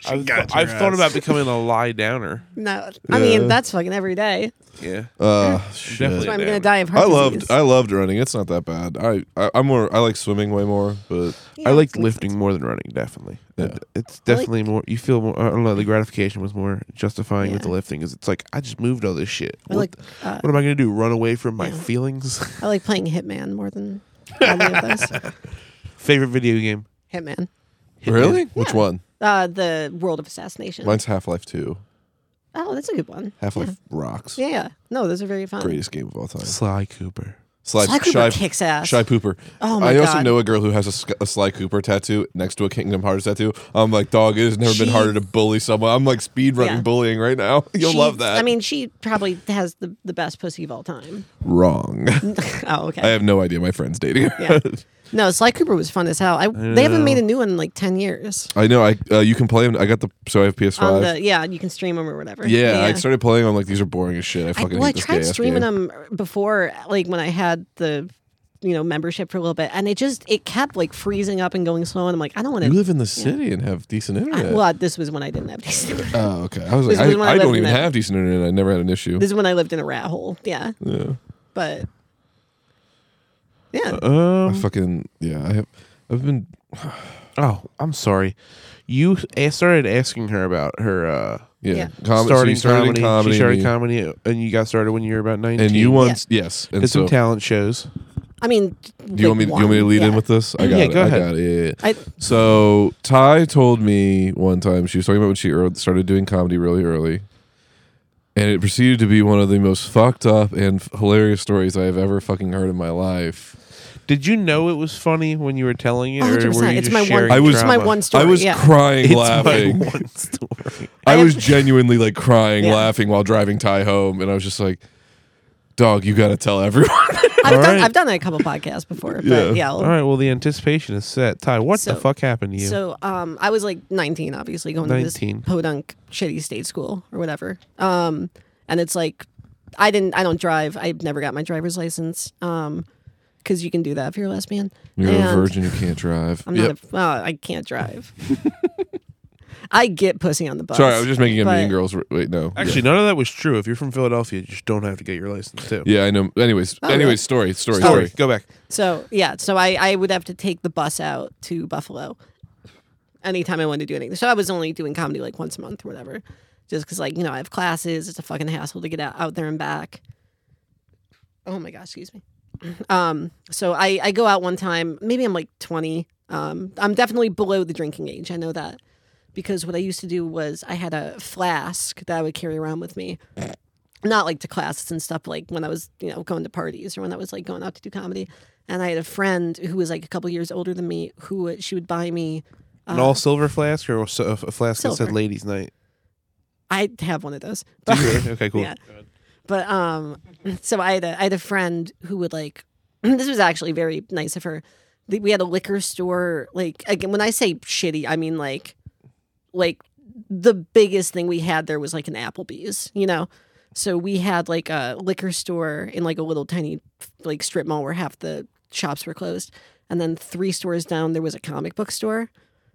B: I've, I've thought about becoming a lie downer.
D: No, I mean that's fucking every day.
B: Yeah, [laughs]
C: Uh,
B: definitely.
C: shit.
D: So I'm
B: Yeah.
D: gonna die of
C: I
D: heart
C: loved
D: disease.
C: I loved running. It's not that bad. I, I I'm more I like swimming way more, but
D: Yeah,
B: I liked
D: it's-
B: lifting more than running. Definitely,
C: Yeah.
B: It- it's definitely more. You feel more. I don't know. The gratification was more justifying with
D: Yeah.
B: the lifting because it's like I just moved all this shit.
D: I
B: What
D: like uh,
B: What am I going to do? Run away from my
D: Yeah.
B: feelings? [laughs]
D: I like playing Hitman more than all the of those.
C: [laughs]
B: Favorite video game?
D: Hitman,
C: really, which
D: Yeah.
C: one?
D: uh, the World of Assassination.
C: Mine's Half Life Two.
D: Oh, that's a good one.
C: Half Life rocks.
D: Yeah, yeah. no, those are very fun.
C: Greatest game of all time.
B: Sly Cooper.
C: Sly,
D: Sly Cooper
C: Shy-
D: kicks ass.
C: Shy Pooper.
D: Oh my
C: I also
D: God.
C: know a girl who has a, Sc- a Sly Cooper tattoo next to a Kingdom Hearts tattoo. I'm like, dog, it has never
D: She-
C: been harder to bully someone. I'm like speed running
D: Yeah.
C: bullying right now. [laughs] You'll
D: She-
C: love that.
D: I mean, she probably has the, the best pussy of all time. [laughs]
C: wrong.
D: oh, okay.
C: I have no idea. My friend's dating. her.
D: Yeah. No, Sly Cooper was fun as hell. I, they haven't made a new one in like ten years.
C: [laughs] I know. I uh, you can play him. I got the so I have PS5.
D: On the yeah, you can stream them or whatever.
C: Yeah, I started playing. I'm like, these are boring as shit. I
D: I,
C: fucking
D: well, I
C: hate this
D: tried
C: gay ass
D: streaming
C: game.
D: them before, like when I had the you know membership for a little bit, and it just it kept like freezing up and going slow, and I'm like, I don't want
C: You
D: to.
C: live in the city and have decent internet.
D: Well, this was when I didn't have these. [laughs]
C: oh, okay. I was
D: This
C: like,
D: was when I
C: I, I
D: lived
C: don't
D: in
C: even
D: the-
C: have decent internet. I never had an issue.
D: this is when I lived in a rat hole. Yeah,
C: yeah. Uh,
D: but yeah,
C: I
B: Um.
C: fucking yeah. I have. I've been.
B: Oh, I'm sorry. You a- started asking her about her uh,
C: Yeah.
D: Yeah.
C: Com- so
B: starting
C: you started in
B: comedy. She started
C: and
B: comedy, and you got started when you were about 19.
C: you, and you once yes. And
B: did
C: so
B: some talent shows.
D: I mean,
C: do you want me? Do you want me to lead in with this? I got
B: Yeah,
C: it.
B: go
C: I
B: ahead.
C: got it. [laughs]
D: I
C: So Ty told me one time she was talking about when she ear- started doing comedy really early, and it proceeded to be one of the most fucked up and f- hilarious stories I have ever fucking heard in my life.
B: Did you know it was funny when you were telling it, or were
D: 100%.
B: you
D: It's
B: just
D: my one-
B: sharing
C: I was-
D: it's
B: drama?
D: my one story.
C: I was
D: yeah.
C: crying
B: It's
C: [laughs]
B: my
C: laughing.
B: [laughs] one story.
C: I,
D: I
C: was
D: have-
C: genuinely like crying,
D: Yeah.
C: laughing while driving Ty home, and I was just like, "Dog, you got to tell everyone."
D: [laughs] I've
B: All
D: done,
B: right.
D: I've done a couple podcasts before, but
C: Yeah.
D: yeah.
B: All right. Well, the anticipation is set. Ty,
D: Oh.
B: what
D: So-
B: the fuck happened to you?
D: So um, I was like 19, obviously, going to
B: 19.
D: this podunk shitty state school or whatever. Um, and it's like, I didn't, I don't drive. I never got my driver's license. Um, because you can do that if you're a lesbian.
C: You're a
D: And
C: virgin. You can't drive.
D: I'm
C: Yep.
D: not. A, well, I can't drive. [laughs] I get pussy on the bus.
C: Sorry, I was just making a
D: but-
C: Mean Girls. re- Wait, no.
B: Actually, none of that was true. If you're from Philadelphia, you just don't have to get your license too.
C: yeah, I know. Anyways,
D: Oh,
C: anyways,
D: really?
C: story, story,
B: Sorry,
C: story.
B: go back.
D: So yeah, so I I would have to take the bus out to Buffalo anytime I wanted to do anything. So I was only doing comedy like once a month or whatever, just because like you know I have classes. It's a fucking hassle to get out, out there and back. Oh my gosh, excuse me. [clears throat] Um, so I I go out one time. Maybe I'm like 20. Um, I'm definitely below the drinking age. I know that because what I used to do was I had a flask that I would carry around with me. Not like to classes and stuff, but, like when I was, you know, going to parties or when I was like going out to do comedy. And I had a friend who was like a couple years older than me who would- she would buy me.
B: An all silver flask or a s- a flask that
D: Uh, Silver.
B: said "Ladies' Night."
D: I have one of those.
B: [laughs] Do you [laughs] really? okay, cool.
D: Yeah. But um, so I had a I had a friend who would like. [clears throat] this was actually very nice of her. The- We had a liquor store. Like again, when I say shitty, I mean like, like the biggest thing we had there was like an Applebee's, you know? So we had like a liquor store in like a little tiny like strip mall where half the shops were closed. And then three stores down, there was a comic book store.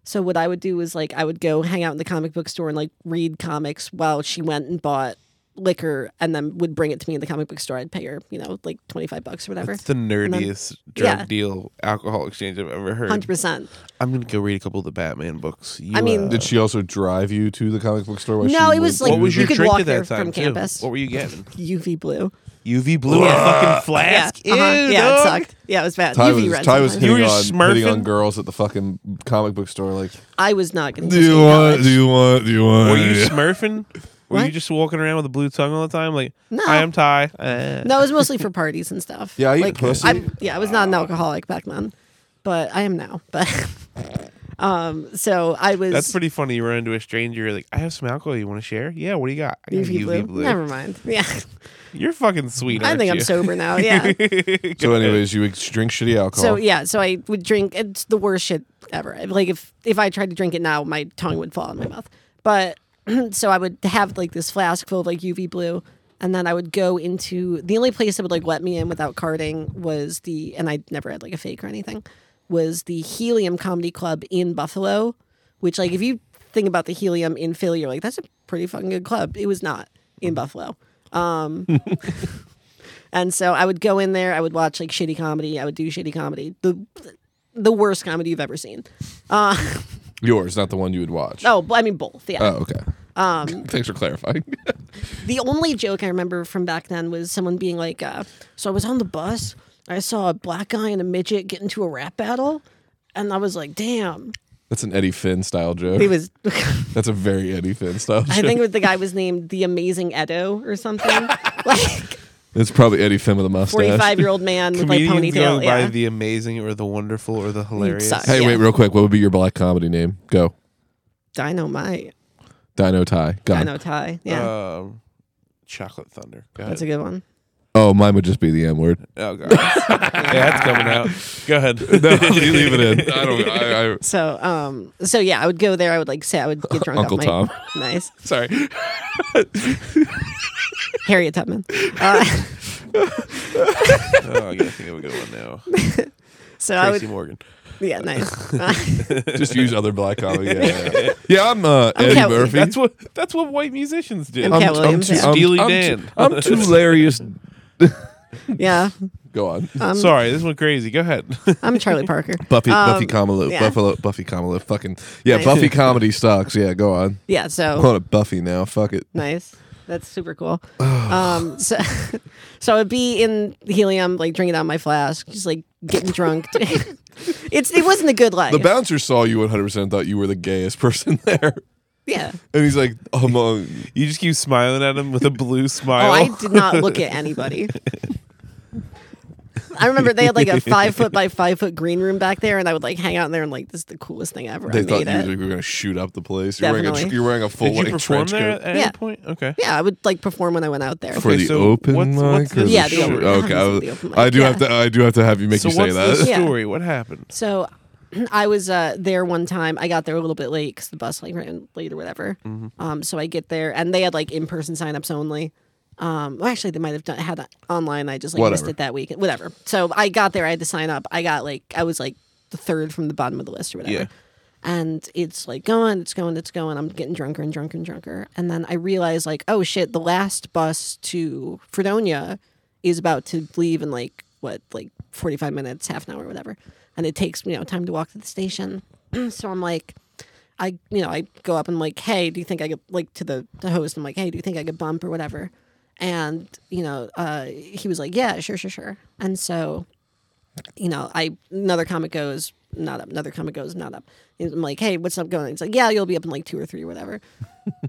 D: So what I would do was like I would go hang out in the comic book store and like read comics while she went and bought liquor and then would bring it to me in the comic book store. I'd pay her, you know, like 25 bucks or whatever.
B: That's the nerdiest drug
D: yeah.
B: deal alcohol exchange I've ever heard.
D: 100%.
B: I'm gonna go read a couple of the Batman books. You,
D: I mean-
B: uh,
C: Did she also drive you to the comic book store? while
D: No,
C: she
D: it
C: went
D: was like-
B: what was
D: you
B: your
D: could
B: drink
D: walk
B: at that
D: there
B: time
D: from
B: too?
D: campus.
B: What were you getting? [laughs]
D: UV blue.
B: UV blue in a fucking flask.
D: [laughs] Yeah, uh-huh.
B: Ew,
D: yeah, it
B: dog.
D: sucked. Yeah, it was bad.
C: Ty
D: UV
C: was,
D: red
C: Ty was
D: sometimes.
C: hitting,
B: You were
C: on, hitting on
B: smurfing?
C: girls at the fucking comic book store. Like,
D: I was not going to
C: do you want? Do you want? Do you want?
B: Were you smurfing? Were you
D: What?
B: just walking around with a blue tongue all the time? Like,
D: No.
B: I am Ty. Uh,
D: No, it was mostly for parties and stuff.
C: Yeah, I eat
D: like,
C: pussy.
D: I'm, yeah, I was not an alcoholic back then, but I am now. But [laughs] um, so I was
B: That's pretty funny. You run into a stranger, you're like, I have some alcohol. You want to share? Yeah, what do you got? I got
D: UV, blue. Never mind. Yeah,
B: You're fucking sweet.
D: I
B: aren't
D: think I'm [laughs]
B: you?
D: sober
B: [laughs]
D: now. Yeah.
C: [laughs] so, anyways, you would drink shitty alcohol.
D: so yeah, so I would drink. It's the worst shit ever. Like if if I tried to drink it now, my tongue would fall in my mouth. But [clears throat] so I would have like this flask full of like UV blue. And then I would go into the only place that would like let me in without carding was the and I never had like a fake or anything was the Helium Comedy Club in Buffalo, which like if you think about the Helium in Philly, you're like that's a pretty fucking good club. It was not in Buffalo. And so I would go in there, I would watch like shitty comedy, I would do shitty comedy. The the worst comedy you've ever seen.
C: Yours, not the one you would watch.
D: Oh, I mean both. Yeah.
C: Oh, okay. Um, [laughs] Thanks for clarifying.
D: The only joke I remember from back then was someone being like, uh, "So I was on the bus, I saw a black guy and a midget get into a rap battle, and I was like, damn,
C: That's an Eddie Finn style joke.
D: it [laughs] was."
C: That's a very Eddie Finn style
D: [laughs] I
C: joke.
D: think it was the guy was named the Amazing Edo or
B: [laughs]
D: something, like
C: it's probably Eddie Finn with a mustache.
D: forty-five year old man with like
B: Comedians
D: ponytail.
B: going by
D: Yeah.
B: the amazing or the wonderful or the hilarious.
D: suck.
C: Hey,
D: Yeah.
C: wait, real quick. What would be your black comedy name? Go.
D: Dynamite,
C: Dino Ty. God.
D: Dino Tie. Yeah,
B: Um, Chocolate Thunder. Go
D: that's a
B: ahead.
D: good one.
C: Oh, mine would just be the M word.
D: [laughs]
B: oh, God. yeah, that's coming out. Go ahead.
C: No, you leave it
B: [laughs]
C: in. I don't. I, I,
D: So, um, so yeah, I would go there. I would like say I would get drunk.
C: Uncle
D: off
C: Tom.
D: my, [laughs] Nice.
C: Sorry.
D: Harriet Tubman. Uh, [laughs]
B: Oh, I gotta think of a good one now.
D: so I
B: Tracy
D: would,
B: Morgan.
D: yeah, nice. Uh,
C: [laughs]
D: [laughs]
C: Just use other black comedy. Yeah, yeah, yeah. [laughs] Yeah, I'm uh, Eddie
D: Cat-
C: Murphy.
B: That's what that's what white musicians do. Oh,
D: And Cat Williams,
C: too-
D: yeah.
B: Steely
C: I'm
B: Dan.
C: too- I'm [laughs] too hilarious.
D: yeah,
C: Go on.
B: Sorry, this went crazy. Go ahead.
D: I'm Charlie Parker.
C: [laughs] Buffy,
D: um,
C: Buffy Kamala,
D: yeah.
C: Buffalo, Buffy Kamala, fucking yeah.
D: Nice.
C: Buffy comedy sucks. Yeah, go on.
D: Yeah,
C: I'm
D: so
C: calling it Buffy now. Fuck it.
D: nice. That's super cool. Um, so, [laughs] so I would be in helium, like drinking out my flask, just like getting drunk. [laughs] it's it wasn't a good life.
C: The bouncer saw you 100 percent thought you were the gayest [laughs] person there,
D: yeah.
C: and he's like, among
B: you just keep smiling at him
D: [laughs]
B: with a blue smile.
D: Oh, I did not look at anybody. I remember they had like a five foot by five foot green room back there, and I would like hang out in there and like this is the coolest thing ever.
C: they
D: I
C: thought
D: made it.
C: you were gonna shoot up the place. You're wearing, a,
D: Definitely.
C: you're wearing a full
B: Did you
C: length
B: perform
C: trench coat.
B: there at any
D: Yeah.
B: point? Okay.
D: Yeah, I would like perform when I went out there.
C: for
B: Okay,
C: the
B: so
C: open
B: what's-
C: mic.
B: what's
C: or
B: the- Yeah, the
C: short-
B: open-
C: okay, I,
D: the open mic,
C: I do have
D: yeah.
C: to. I do have to have you make
B: so
C: you say
B: what's the
C: that.
D: Yeah.
B: story? What happened?
D: So [clears throat] I was uh, there one time. I got there a little bit late because the bus like ran late or whatever.
C: Mm-hmm.
D: Um, so I get there and they had like in person signups only. Um, well, actually, they might have done had that online. I just like missed
C: Whatever.
D: it that week. Whatever. So I got there. I had to sign up. I got like I was like the third from the bottom of the list or whatever.
B: Yeah.
D: And it's like going, it's going, it's going. I'm getting drunker and drunker and drunker. And then I realize like, oh shit, the last bus to Fredonia is about to leave in like what, like 45 minutes, half an hour, whatever. And it takes you know time to walk to the station. [clears throat] so I'm like, I you know I go up and I'm like, hey, do you think I could like to the, the host? I'm like, hey, do you think I could bump or whatever? And you know, uh, he was like, yeah, sure, sure, sure. And so you know, I another comic goes not up, another comic goes not up. And I'm like, hey, what's up going? on? It's like, yeah, you'll be up in like two or three or whatever.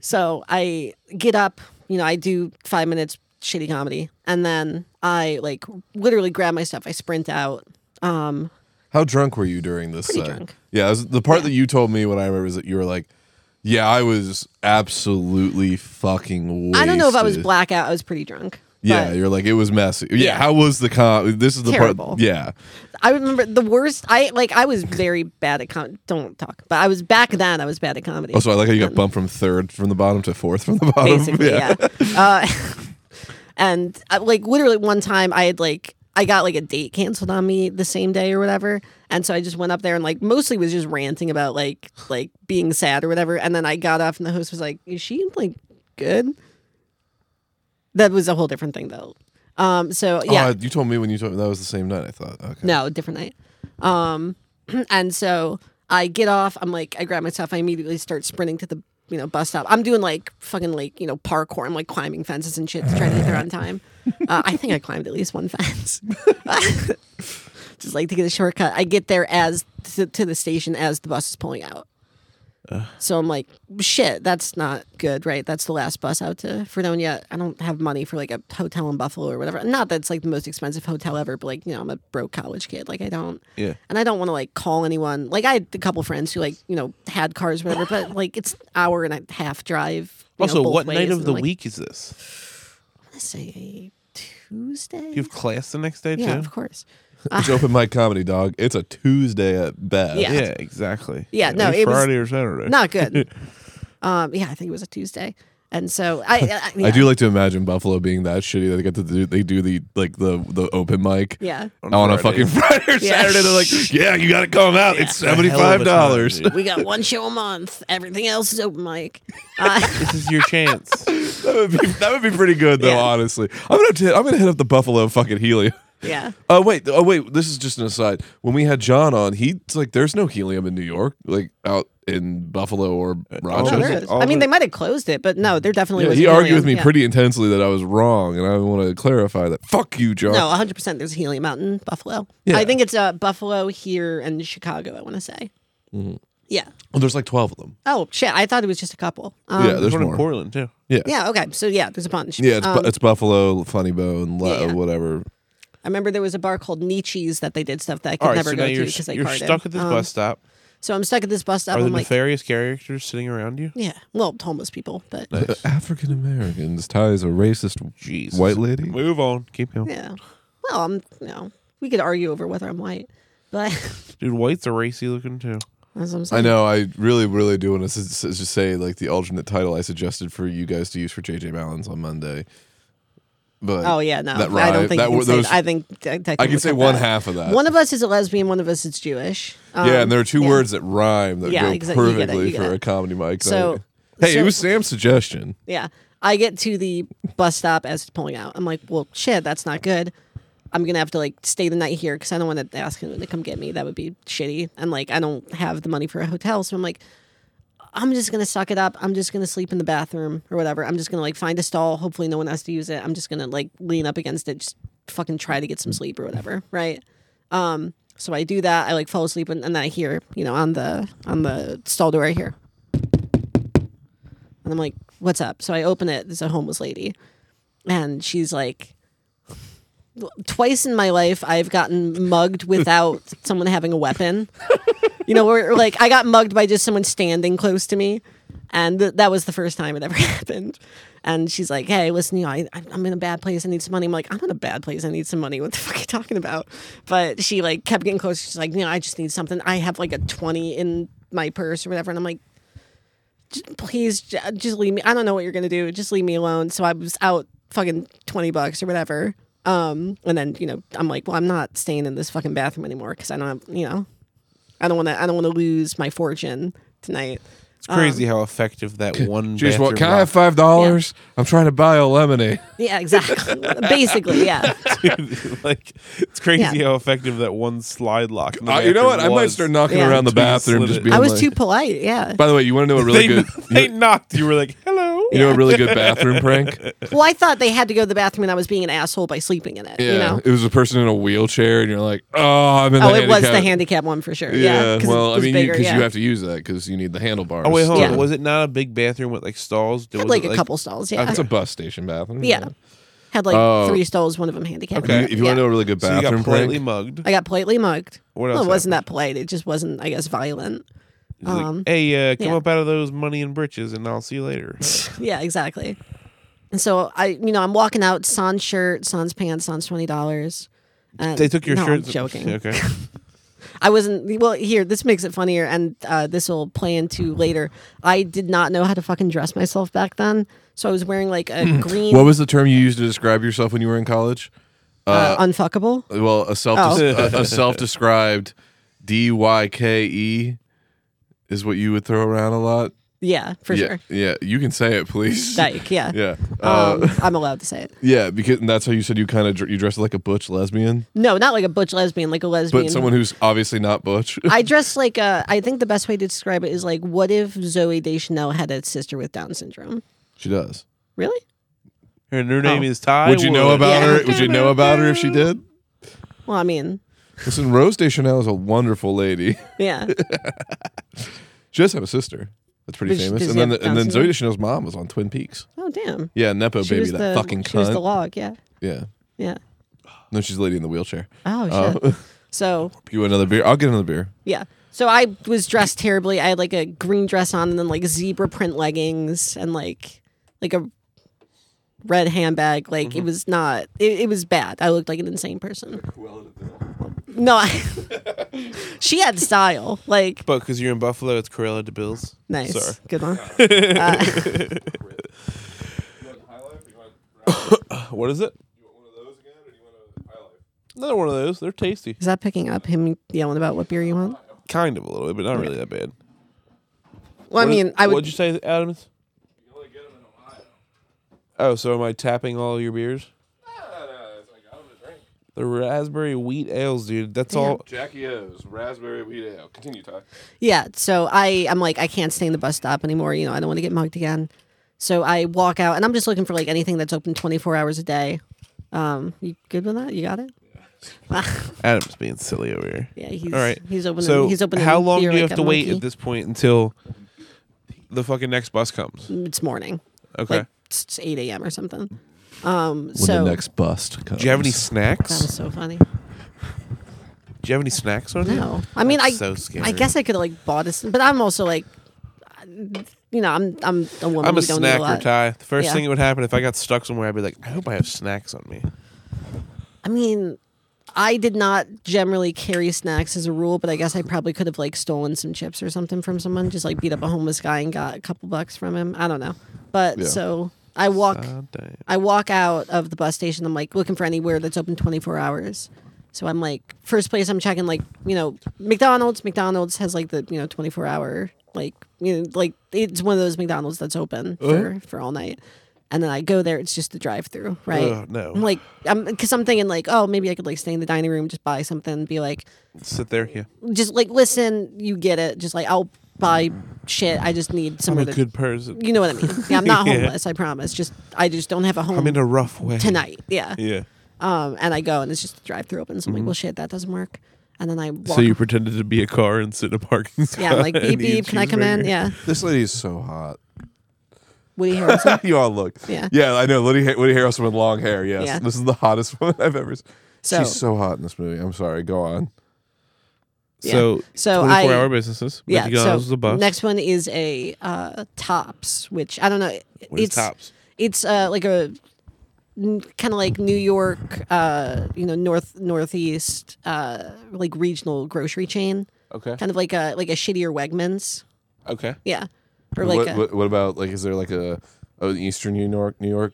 D: so I get up, you know, I do five minutes shitty comedy, and then I like literally grab my stuff, I sprint out. Um,
C: How drunk were you during this?
D: Pretty
C: set?
D: drunk.
C: Yeah, it was- the part that you told me what I remember is that you were like, "Yeah, I was absolutely fucking." Wasted.
D: I don't know if I was blackout. I was pretty drunk.
C: Yeah,
D: But-
C: you're like it was messy. Yeah,
D: Yeah.
C: how was the com? This is the
D: Terrible.
C: part. Yeah,
D: I remember the worst. I like I was very bad at com- don't talk, but I was back then. I was bad at comedy.
C: Also, Oh, I like how you got bumped from third from the bottom to fourth from the bottom. [laughs]
D: Mm. basically, yeah. Uh, [laughs] and uh, like literally one time, I had like I got like a date canceled on me the same day or whatever, and so I just went up there and like mostly was just ranting about like like being sad or whatever, and then I got off and the host was like, "Is she like good?" That was a whole different thing though. Um, so yeah,
C: Oh, you told me when you told me that was the same night. I thought, okay.
D: No, different night. Um, [clears throat] and so I get off. I'm like, I grab my stuff. I immediately start sprinting to the you know bus stop. I'm doing like fucking like you know parkour. I'm like climbing fences and shit to try to get there on time. Uh, I think I climbed at least one fence. [laughs] Just like to get a shortcut. I get there as to, to the station as the bus is pulling out. So I'm like, shit, that's not good, right? That's the last bus out to Fredonia. I don't have money for like a hotel in Buffalo or whatever. Not that it's like the most expensive hotel ever, but like, you know, I'm a broke college kid. Like I don't
B: Yeah.
D: and I don't want to like call anyone. Like I had a couple friends who like, you know, had cars or whatever,
B: [laughs]
D: but like it's hour and a half drive. you know,
B: Also,
D: both
B: what
D: ways,
B: night
D: and
B: of
D: I'm
B: the
D: like,
B: week is this?
D: I wanna say Tuesday.
B: Do you have class the next day
D: yeah,
B: too?
D: of course.
C: It's open mic comedy, dog. It's a Tuesday at best.
D: Yeah.
B: Yeah, exactly.
D: Yeah, no,
B: maybe
D: it was
B: Friday or Saturday.
D: Not good. um, yeah, I think it was a Tuesday. And so I, I,
C: I
D: yeah,
C: do like to imagine Buffalo being that shitty that they get to do. They do the like the the open mic
D: Yeah.
C: on, a
B: Friday.
C: fucking Friday or
D: Yeah.
C: Saturday. They're
D: [laughs]
C: like, yeah, you got to come out. It's
B: A hell of a
C: seventy five dollars.
B: time, dude.
D: We got one show a month. Everything else is open mic. Uh,
B: this is
D: [laughs]
B: your chance.
C: [laughs] that would be that would be pretty good though.
D: Yeah.
C: Honestly, I'm gonna have to hit, I'm gonna hit up the Buffalo fucking helium. [laughs]
D: yeah.
C: Oh wait, oh wait. This is just an aside. When we had John on, he's like, "There's no helium in New York, like out in Buffalo or
B: Oh,
D: No,
C: Rochester."
B: All
D: there
B: the-
D: is.
B: all
D: I mean,
B: the-
D: they might have closed it, but no, there definitely
C: Yeah,
D: was.
C: he
D: helium.
C: argued with me
D: Yeah.
C: pretty intensely that I was wrong, and I want to clarify that. Fuck you, John.
D: No, 100. percent There's a helium out in Buffalo.
C: Yeah.
D: I think it's uh, Buffalo here and Chicago. I want to say. Yeah.
C: Well, there's like twelve of them.
D: Oh shit! I thought it was just a couple. Um,
C: yeah, there's
B: One
C: more.
B: in Portland too.
D: yeah. Okay. So yeah, there's a bunch.
C: Yeah, it's, Bu-
D: Um,
C: it's Buffalo, Funny Bone, Le-
D: Yeah, yeah.
C: whatever.
D: I remember there was a bar called Nietzsche's that they did stuff that I could
B: All right,
D: never
B: so now
D: go to
B: you're,
D: because I
B: you're
D: carded.
B: stuck at this
D: Um,
B: bus stop.
D: So I'm stuck at this bus stop.
B: Are there
D: I'm like,
B: nefarious characters sitting around you?
D: yeah, well, homeless people, but
C: African Americans. Ty is a racist
B: Jeez.
C: white lady.
B: Move on. Keep going.
D: yeah. Well, I'm you know we could argue over whether I'm white, but [laughs]
B: Dude, whites are racy looking too.
D: that's what I'm saying.
C: I know. I really, really do want to s- s- just say like the alternate title I suggested for you guys to use for JJ Balance on Monday. But
D: Oh yeah, no,
C: that
D: I
C: rhyme-
D: don't think
C: that
D: you can
C: were-
D: say
C: those-
D: that. I think te-
C: I
D: technically
C: can say
D: cut
C: one
D: that.
C: half of that.
D: One of us is a lesbian, one of us is Jewish. Um,
C: yeah, and there are two
D: yeah.
C: words that rhyme that
D: Yeah,
C: go
D: exa- you get it,
C: perfectly
D: you get
C: for
D: it.
C: a comedy mic.
D: So-
C: night. hey,
D: so-
C: it was Sam's suggestion.
D: Yeah, I get to the bus stop as it's pulling out. I'm like, well, shit, that's not good. I'm gonna have to like stay the night here because I don't want to ask anyone to come get me. That would be shitty, and like I don't have the money for a hotel, so I'm like, I'm just gonna suck it up. I'm just gonna sleep in the bathroom or whatever. I'm just gonna like find a stall. Hopefully, no one has to use it. I'm just gonna like lean up against it, just fucking try to get some sleep or whatever, right? Um, so I do that. I like fall asleep, and, and then I hear, you know, on the on the stall door, I hear, and I'm like, "What's up?" So I open it. There's a homeless lady, and she's like, "Twice in my life, I've gotten mugged without someone having a weapon." you know, or or, like I got mugged by just someone standing close to me. And th- that was the first time it ever [laughs] happened. And she's like, hey, listen, you know, I, I- I'm in a bad place. I need some money. I'm like, I'm in a bad place. I need some money. What the [laughs] fuck are you talking about? But she like kept getting closer. She's like, you know, I just need something. I have like a 20 in my purse or whatever. And I'm like, "J- please j- just leave me. I don't know what you're going to do. Just leave me alone. So I was out fucking 20 bucks or whatever. Um, and then, you know, I'm like, well, I'm not staying in this fucking bathroom anymore because I don't have, you know, I don't want to. I don't want to lose my fortune tonight.
B: It's crazy how effective that one.
C: Jeez, what?
B: bathroom
C: Can I have
B: lock-
C: five dollars? I'm trying to buy a [laughs] lemonade.
D: Yeah, exactly. [laughs]
C: [laughs]
D: Basically, yeah.
B: [laughs] like, it's crazy
D: Yeah.
B: how effective that one slide lock. in the
C: Uh, you know what? I
B: bathroom
C: might
B: was.
C: start knocking
D: Yeah.
C: around the
B: Until
C: bathroom.
B: you slid
C: Just
B: it.
C: being
D: I was
C: like-
D: too polite. Yeah.
C: By the way, you want to [laughs] know a really
B: they,
C: good?
B: [laughs] they knocked. You were like, "Hello."
C: You know a really good [laughs] bathroom prank?
D: Well, I thought they had to go to the bathroom, and I was being an asshole by sleeping in it.
C: Yeah.
D: You know.
C: It was a person in a wheelchair, and you're like, oh, I'm in
D: Oh,
C: the
D: it was the
C: handicap."
D: handicap one for sure.
C: Yeah.
D: Yeah. 'cause it
C: well, I
D: was
C: mean,
D: bigger,
C: because
D: yeah.
C: you have to use that because you need the handlebars.
B: Oh wait, hold
D: Yeah.
B: on. Was it not a big bathroom with like stalls?
D: had
B: Was
D: like
B: it,
D: a couple stalls. Yeah.
C: It's a bus station bathroom.
D: yeah. Had like
C: Oh.
D: three stalls. One of them handicapped.
C: If you- If you want to
D: Yeah.
C: know a really good
B: So you
C: bathroom
B: got politely
C: prank,
B: mugged.
D: I got politely mugged.
B: What
D: Well,
B: else
D: it wasn't that polite. It just wasn't, I guess, violent.
B: He's like,
D: um,
B: hey, uh, come
D: yeah.
B: up out of those money and britches, and I'll see you later.
D: Yeah, exactly. And so I, you know, I'm walking out, sans shirt, sans pants, sans twenty dollars.
B: [laughs] They took your
D: no,
B: shirt.
D: I'm joking. [laughs]
B: Okay.
D: I wasn't. Well, here, this makes it funnier, and uh, this will play into later. I did not know how to fucking dress myself back then, so I was wearing like a green,
C: What was the term you used to describe yourself when you were in college?
D: uh, unfuckable.
C: Well, a self
D: Oh,
C: a, a self-described D Y K E is what you would throw around a lot.
D: Yeah, for
C: yeah,
D: sure.
C: yeah, you can say it, please.
D: Dyke. Yeah.
C: [laughs] yeah, uh,
D: Um, I'm allowed to say it.
C: yeah, because and that's how you said you kind of dr- you dressed like a butch lesbian,
D: No, not like a butch lesbian, like a lesbian.
C: but someone who's obviously not butch. [laughs]
D: I dress like a. I think the best way to describe it is like, what if Zoe Deschanel had a sister with Down syndrome?
C: she does.
D: Really?
B: Her new name is Ty.
C: Would you know
B: Wood.
C: about
D: Oh. Yeah.
C: her? Would you know about her if she did?
D: Well, I mean,
C: Listen, Rose de Chanel is a wonderful lady. [laughs]
D: yeah.
C: She does have a sister. That's pretty
D: Does she-
C: famous.
D: does
C: And
D: she
C: then,
D: have
C: and then
D: Down
C: Zoe
D: syndrome?
C: Deschanel's mom was on Twin Peaks.
D: Oh damn.
C: Yeah, nepo
D: She
C: baby,
D: was
C: that
D: the-
C: fucking
D: She was the
C: cunt.
D: log. Yeah.
C: yeah,
D: Yeah.
C: no, she's the lady in the wheelchair.
D: Oh
C: Oh.
D: shit. [laughs] so
C: You want another beer? I'll get another beer.
D: yeah. So I was dressed terribly. I had like a green dress on and then like zebra print leggings and like like a red handbag. Like
C: Mm-hmm.
D: it was not it, it was bad. I looked like an insane person. No, I, [laughs] she had style. Like
B: But because you're in Buffalo, it's Cruella de Bills.
D: nice.
B: Sorry.
D: Good one.
B: [laughs] What is it? Another one of those. They're tasty.
D: [laughs] Is that picking up him yelling about what beer you want?
B: Kind of a little bit, but not really that bad.
D: Well, I
B: What is-
D: mean, I
B: What'd
D: would.
B: you say, Adams? Oh, so am I tapping all your beers? The raspberry wheat ales, dude. That's all.
F: Jackie O's raspberry wheat ale. Continue, Ty.
D: Yeah. So I, I'm like, I can't stay in the bus stop anymore. You know, I don't want to get mugged again. So I walk out, and I'm just looking for like anything that's open 24 hours a day. Um, you good with that? You got it?
B: Adam's being silly over here.
D: [laughs] Yeah. He's,
B: All right.
D: He's open.
B: So,
D: he's open.
B: how long do you have to wait at this point until the fucking next bus comes?
D: It's morning.
B: Okay.
D: Like it's it's 8 a.m. or something. Um. so
C: the next bust comes.
B: Do you have any
D: that
B: snacks?
D: was so funny.
B: Do you have any snacks on you?
D: No, I mean, I
B: That's so scary.
D: I guess I could have like bought us, but I'm also like, you know, I'm I'm a woman.
B: I'm a
D: who don't eat a
B: snacker,
D: lot.
B: Ty. The first
D: Yeah.
B: thing that would happen if I got stuck somewhere, I'd be like, I hope I have snacks on
D: [laughs]
B: me.
D: I mean, I did not generally carry snacks as a rule, but I guess I probably could have like stolen some chips or something from someone, just like beat up a homeless guy and got a couple bucks from him. I don't know. But so I walk
B: God damn.
D: I walk out of the bus station. I'm like looking for anywhere that's open 24 hours. So I'm like first place I'm checking like, you know, McDonald's, McDonald's has like the, you know, 24 hour like, you know, like it's one of those McDonald's that's open for for all night. And then I go there, it's just the drive through, right?
B: Ugh, no.
D: I'm like, I'm because I'm thinking like, oh, maybe I could like stay in the dining room, just buy something, and be like,
B: Sit there. Yeah.
D: just like listen, you get it. Just like I'll buy shit. I just need
B: I'm
D: somewhere
B: a
D: to,
B: good person.
D: you know what I mean? Yeah, I'm not
B: Yeah.
D: homeless. I promise. Just I just don't have a home
B: I'm in a rough way.
D: tonight. Yeah.
B: Yeah. Mm-hmm.
D: Um, and I go and it's just the drive through opens. I'm like, well, shit, that doesn't work. And then I walk.
B: So you pretended to be a car and sit in a parking
D: [laughs]
B: spot.
D: yeah, I'm
B: [laughs]
D: like
B: and
D: beep
B: eat
D: beep. Can I come
B: cheeseburger.
D: in? Yeah.
C: This lady is so hot. [laughs]
D: Woody
B: [laughs]
D: Harrelson.
C: you all look.
D: Yeah.
C: Yeah, I know. Woody, Har- Woody Harrelson with long hair. Yes.
D: Yeah.
C: This is the hottest [laughs] woman I've ever seen.
D: So-
C: She's so hot in this movie. I'm sorry. Go on.
D: Yeah.
B: So,
D: So
B: 24
D: I-
B: hour businesses.
D: yeah.
B: McDonald's is
D: so
B: a bus.
D: next one is a uh, tops, which I don't know.
B: What is
D: it's
B: tops.
D: it's uh, like a kind of like New York, uh, you know, north northeast, uh, like regional grocery chain,
B: Okay.
D: kind of like a like a shittier Wegmans,
B: Okay.
D: yeah, or like
C: what,
D: a,
C: what, what about, like, is there like a, an Eastern New York, New York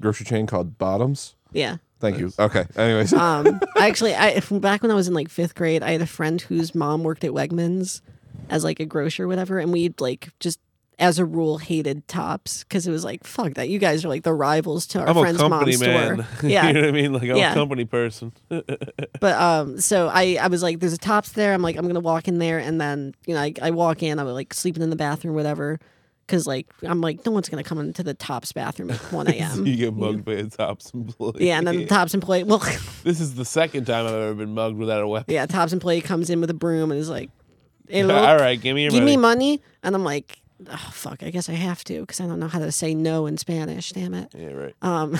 C: grocery chain called Bottoms?
D: yeah.
C: Thank you. Okay. Anyways.
D: Um, I actually, I back when I was in like fifth grade, I had a friend whose mom worked at Wegmans as like a grocer, or whatever, and we'd like just as a rule hated tops because it was like fuck that you guys are like the rivals to our
B: I'm a
D: friend's
B: company
D: mom's
B: man. [laughs]
D: store.
B: you know
D: Yeah,
B: what I mean? Like, I'm a
D: Yeah.
B: company person. [laughs]
D: but um, so I I was like, there's a tops there. I'm like, I'm gonna walk in there, and then you know I, I walk in, I'm like sleeping in the bathroom, whatever. Cause like I'm like no one's gonna come into the tops bathroom at 1 a.m.
B: [laughs] you get mugged by a tops employee.
D: Mm-hmm. yeah, and then the tops employee, well,
B: [laughs]
D: [laughs]
B: This is the second time I've ever been mugged without a weapon.
D: yeah, tops employee comes in with a broom and is like, hey, look,
B: [laughs] All right, give me your
D: give
B: money.
D: me money and i'm like oh fuck i guess i have to because i don't know how to say no in spanish damn it
B: yeah, right.
D: um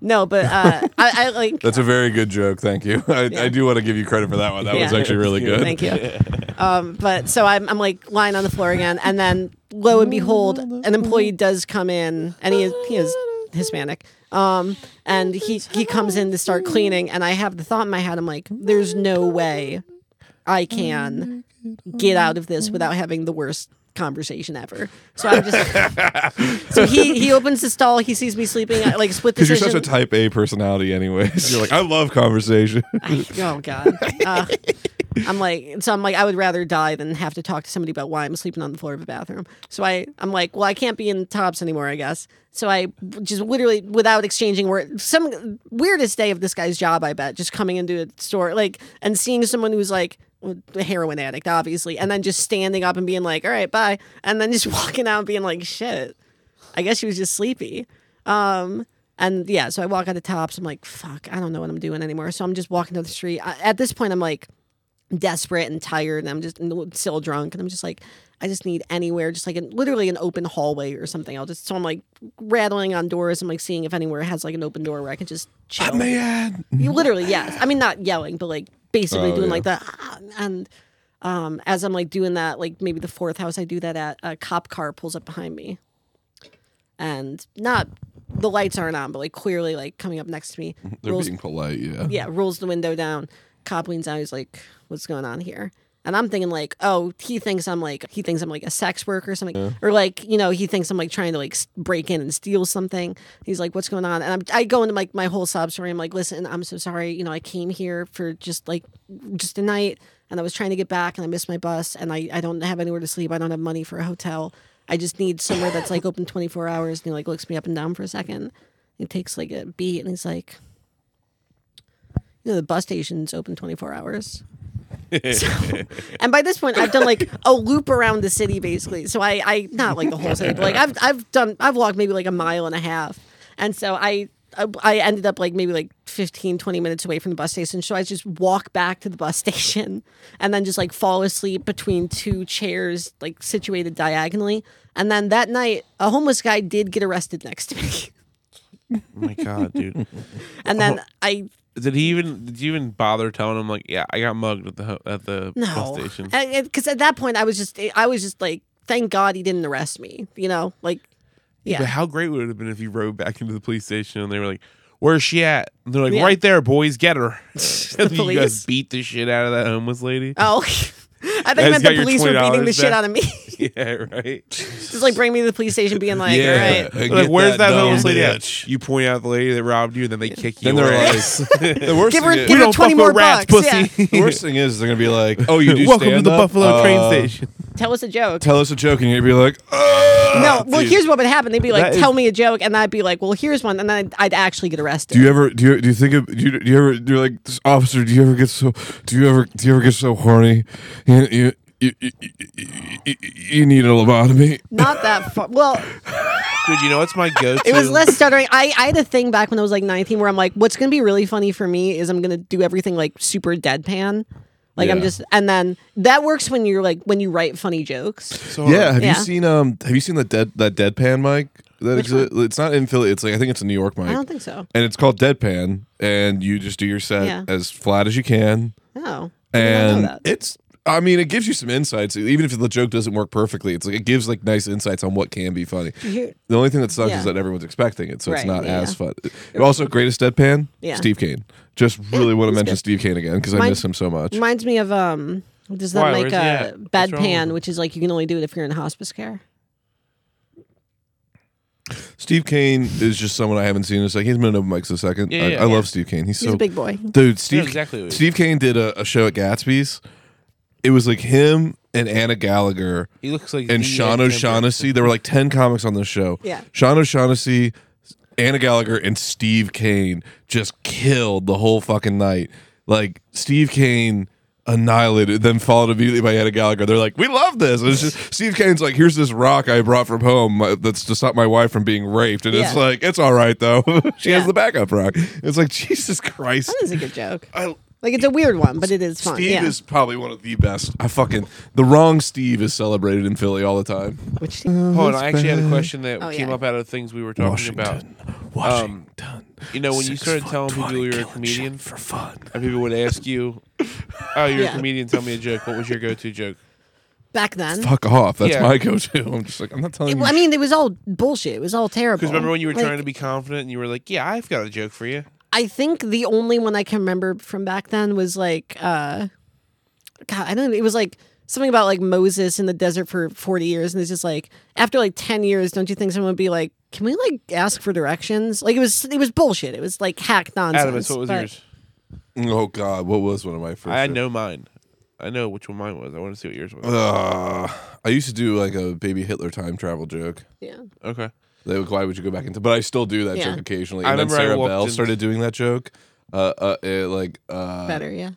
D: no but uh i, I
C: [laughs]
D: like
C: That's a very good joke. Thank you. I, I do want to give you credit for that one. That
D: Yeah.
C: was actually really good.
D: thank you
C: [laughs]
D: um but so I'm, I'm like lying on the floor again and then lo and behold an employee does come in and he is he is Hispanic. Um, and he he comes in to start cleaning, and I have the thought in my head. I'm like, there's no way I can get out of this without having the worst conversation ever. So I'm
C: [laughs]
D: just. so he he opens the stall. He sees me sleeping. I, like split
C: Because you're
D: decision.
C: such a type A personality, anyways. [laughs] You're like, I love conversation.
D: I- oh god. Uh, I'm like, so I'm like, I would rather die than have to talk to somebody about why I'm sleeping on the floor of a bathroom. So I, I'm like, well, I can't be in tops anymore, I guess. So I just literally, without exchanging word, some weirdest day of this guy's job, I bet, just coming into a store like and seeing someone who's like a heroin addict, obviously, and then just standing up and being like, all right, bye, and then just [laughs] walking out and being like, shit, I guess she was just sleepy. Um, and yeah, so I walk out of tops. I'm like, fuck, I don't know what I'm doing anymore. So I'm just walking down the street. I, at this point, I'm like desperate and tired, and I'm just n- still drunk. And I'm just like, I just need anywhere, just like an, literally an open hallway or something. I'll just, so I'm like rattling on doors. I'm like seeing if anywhere has like an open door where I can just chill.
C: Man.
D: You literally, yes. I mean, not yelling, but like basically
C: Mm-hmm. Oh,
D: doing
C: yeah.
D: like the "Ah," and um, as I'm like doing that, like maybe the fourth house I do that at, a cop car pulls up behind me, and not the lights aren't on, but like clearly like coming up next to me,
C: Mm-hmm.
G: They're
D: rolls,
G: being polite, yeah.
D: yeah, rolls the window down. Cop leans out. He's like, "What's going on here?" And I'm thinking like, "Oh, he thinks I'm like he thinks I'm like a sex worker or something, or like you know he thinks I'm like trying to like s- break in and steal something." He's like, "What's going on?" And I'm, I go into like my whole sob story. I'm like, "Listen, I'm so sorry. You know, I came here for just like just a night, and I was trying to get back, and I missed my bus, and I I don't have anywhere to sleep. I don't have money for a hotel." I just need somewhere that's like open 24 hours. And he like looks me up and down for a second. He takes like a beat and he's like, you know, the bus station's open 24 hours. so, and by this point, I've done like a loop around the city, basically. So I, I not like the whole city, but like I've, I've done, I've walked maybe like a mile and a half. And so I, I- I ended up like maybe like 15, 20 minutes away from the bus station. So I just walk back to the bus [laughs] station and then just like fall asleep between two chairs, like situated diagonally. And then that night, a homeless guy did get arrested next to me. [laughs]
B: Oh my god, [laughs] dude.
D: And then I
B: Did he even? Did you even bother telling him? Like, yeah, I got mugged at the ho- at the bus
D: No,
B: station.
D: because at that point I was just I was just like, thank God he didn't arrest me. You know, like yeah.
B: But how great would it have been if you rode back into the police station and they were like, "Where's she at?" And they're like,
D: Yeah.
B: "Right there, boys, get her." [laughs] and you
D: police?
B: guys beat the shit out of that homeless lady.
D: oh, [laughs] I think
B: Guys,
D: meant
B: got
D: the
B: your
D: police were
B: $20
D: beating the shit
B: back.
D: out of me. [laughs]
B: yeah, right.
D: just like bring me to the police station, being like, all right.
B: They're like, where's that, homeless lady at?
C: bitch.
B: You point out the lady that robbed you, and then they kick you.
C: Then they're
B: away.
C: like, [laughs]
B: [laughs]
C: the worst
D: Give her,
C: thing is,
D: give
B: we
D: her
B: don't fuck
D: twenty
B: with
D: more
B: rats,
D: bucks.
B: pussy.
D: Yeah.
C: [laughs] the worst thing is they're gonna be like, oh, you do
B: Welcome to the
C: stand-up?
B: Buffalo train
C: Uh,
B: station.
D: Tell us a joke.
C: Tell us a joke, and you're gonna be like, oh.
D: no, well, here's what would happen. They'd be like,
B: That is-
D: "Tell me a joke," and I'd be like, "Well, here's one," and then I'd, I'd actually get arrested.
C: Do you ever do you do you think of do you, do you ever you're like officer? Do you ever get so do you ever do you ever get so horny? You you you, you, you, you need a lobotomy.
D: Not that far. Well,
B: Dude, you know what's my go-to?
D: It was less stuttering. I, I had a thing back when I was like 19 where I'm like, what's going to be really funny for me is I'm going to do everything like super deadpan. Like I'm
C: Yeah.
D: just, and then that works when you're like, when you write funny jokes.
B: So-
C: Yeah, have
D: Yeah.
C: you seen um have you seen the dead that deadpan mic that
D: Which one?
C: exi- it's not in Philly, it's like I think it's a New York mic.
D: I don't think so.
C: and it's called Deadpan and you just do your set
D: Yeah.
C: as flat as you can
D: No. I did not know
C: and
D: that.
C: it's I mean, it gives you some insights. Even if the joke doesn't work perfectly, it's like it gives like nice insights on what can be funny.
D: You-
C: The only thing that sucks
D: Yeah.
C: is that everyone's expecting it, so
D: Right,
C: it's not
D: yeah,
C: as
D: yeah.
C: fun. Also, greatest deadpan,
D: Yeah.
C: Steve Kane.
D: [laughs]
C: Just really want to
D: he's
C: mention
D: good.
C: Steve Kane again because I
D: Mine-
C: miss him so much.
D: Reminds me of, um, does that
B: Why,
D: make
B: where's he
D: a
B: at? What's wrong with
D: bedpan,
B: him?
D: which is like you can only do it if you're in hospice care?
C: Steve Kane is just someone I haven't seen. It's like he's been in open mics a second.
B: Yeah,
C: I,
B: yeah,
C: I
B: yeah.
C: love Steve Kane. He's,
D: He's
C: so
D: a big boy.
C: dude. Steve
B: exactly what he-
C: Steve Kane did a, a show at Gatsby's. It was like him and Anna Gallagher
B: He looks like
C: and
B: the
C: Sean
B: Ed Kemper.
C: O'Shaughnessy. There were like ten comics on this show.
D: Yeah.
C: Sean O'Shaughnessy, Anna Gallagher, and Steve Kane just killed the whole fucking night. Like Steve Kane annihilated, then followed immediately by Anna Gallagher. They're like, "We love this." It's just Steve Kane's like, "Here's this rock I brought from home uh, that's to stop my wife from being raped," and it's
D: Yeah.
C: like, "It's all right though. [laughs] she
D: Yeah.
C: has the backup rock." It's like Jesus Christ.
D: That is a good joke.
C: I-
D: Like it's a weird one, but it is fun.
C: Steve
D: yeah.
C: is probably one of the best. I fucking the wrong Steve is celebrated in Philly all the time.
D: Which,
B: Hold on, I actually had a question that
D: Oh,
B: came
D: yeah.
B: up out of the things we were talking
C: about Washington.
B: about. You know, um, when you started telling people you were a comedian,
C: for fun.
B: and people would ask you, "Oh, you're
D: Yeah.
B: a comedian. Tell me a joke. What was your go-to joke?"
D: back then.
C: Fuck off. That's
B: Yeah.
C: my go-to. [laughs] I'm just like, I'm not
D: It-
C: telling
D: I
C: you.
D: mean, it was all bullshit. It was all terrible.
B: Because remember when you were
D: Like,
B: trying to be confident and you were like, "Yeah, I've got a joke for you."
D: I think the only one I can remember from back then was like, uh, God, I don't. It was like something about like Moses in the desert for forty years, and it's just like after like ten years, don't you think someone would be like, "Can we like ask for directions?" Like it was, it was bullshit. It was like hack nonsense.
B: Adam, what was
D: but-
B: yours?
C: Oh God, what was one of my first?
B: I know mine. I know which one mine was. I want to see what yours was.
C: Uh, I used to do like a baby Hitler time travel joke.
D: Yeah,
B: Okay.
C: They would, why would you go back into? But I still do that
D: Yeah.
C: joke occasionally.
B: I
C: And then
B: remember I
C: Sarah
B: walked
C: Bell
B: in-
C: started doing that joke. Uh, uh, it, like uh,
D: better. Yeah,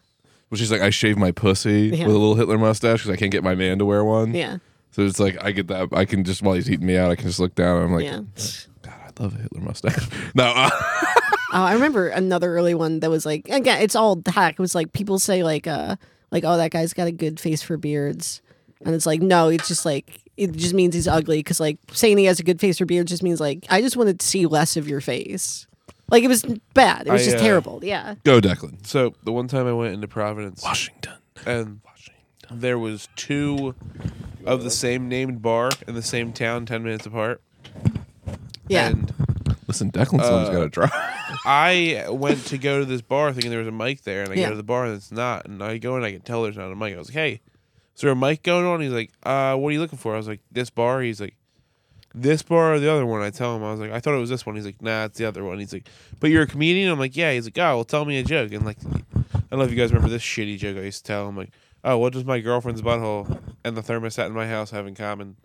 C: well, she's like, I shave my pussy
D: Yeah.
C: with a little Hitler mustache because I can't get my man to wear one.
D: yeah,
C: So it's like I get that. I can just while he's eating me out, I can just look down. and I'm like,
D: yeah.
C: God, I love a Hitler mustache. [laughs] no, uh,
D: Oh, I remember another early one that was like again, it's all hack. It was like people say like uh like oh that guy's got a good face for beards, and it's like no, it's just like it just means he's ugly because like saying he has a good face for beards just means like I just wanted to see less of your face. Like it was bad. It was
B: I,
D: just
B: uh,
D: terrible. Yeah.
C: go Declan.
B: So the one time I went into Providence
C: Washington.
B: and there was two of the same named bar in the same town, ten minutes apart.
D: Yeah.
B: And
C: Listen, Declan's has
B: Uh,
C: got to drive. [laughs]
B: I went to go to this bar thinking there was a mic there, and I
D: Yeah.
B: go to the bar and it's not. And I go and I can tell there's not a mic. I was like, "Hey, is there a mic going on?" He's like, "Uh, what are you looking for?" I was like, "This bar." He's like, "This bar or the other one?" I tell him. I was like, "I thought it was this one." He's like, "Nah, it's the other one." He's like, "But you're a comedian." I'm like, "Yeah." He's like, "Oh, well, tell me a joke." And like, I don't know if you guys remember this shitty joke I used to tell him. Like, "Oh, what does my girlfriend's butthole and the thermostat in my house have in common?"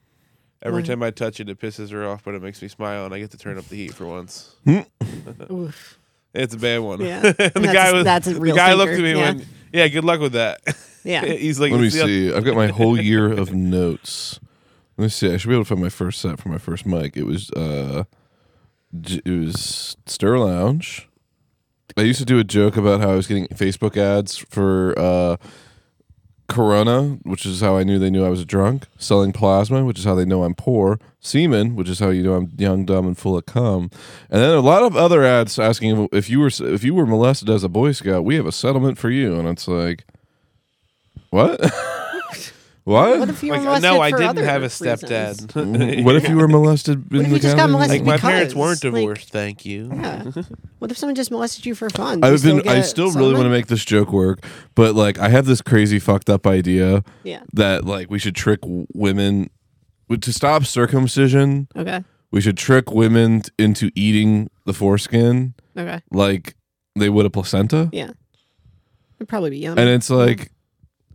B: Every
D: What?
B: time I touch it, it pisses her off, but it makes me smile, and I get to turn up the heat for once.
D: [laughs] Oof.
B: It's a bad one.
D: Yeah.
B: And [laughs] the
D: That's
B: guy
D: a-
B: was
D: that's a real
B: the guy
D: thinker.
B: looked at me
D: Yeah.
B: and went, "Yeah, good luck with that."
D: Yeah.
B: [laughs] He's like,
C: Let me
B: "It's the-
C: see. I've got my whole year of notes. Let me see. I should be able to find my first set for my first mic. It was uh, j- it was Stir Lounge. I used to do a joke about how I was getting Facebook ads for uh, Corona, which is how I knew they knew I was drunk. Selling plasma, which is how they know I'm poor. Semen, which is how you know I'm young, dumb, and full of cum. And then a lot of other ads asking if you were if you were molested as a Boy Scout, we have a settlement for you. And it's like, what? [laughs] what?
D: What if you were
B: Like,
D: molested
B: no, I
D: for
B: didn't
D: other
B: have a
D: reasons?
B: stepdad. [laughs]
C: what if you were molested?
D: What
C: in
D: if
C: the
D: you just got
C: county?
D: molested
B: like my parents
D: Because,
B: weren't
D: like-
B: divorced? thank you. [laughs]
D: Yeah. What if someone just molested you for fun? Do you
C: I've been.
D: get
C: I
D: a
C: still really want to
D: settlement?
C: make this joke work, but like I have this crazy fucked up idea
D: Yeah.
C: that like we should trick w- women w- to stop circumcision.
D: Okay.
C: We should trick women t- into eating the foreskin
D: Okay.
C: like they would a placenta,
D: Yeah. It'd probably be yummy.
C: and it's like,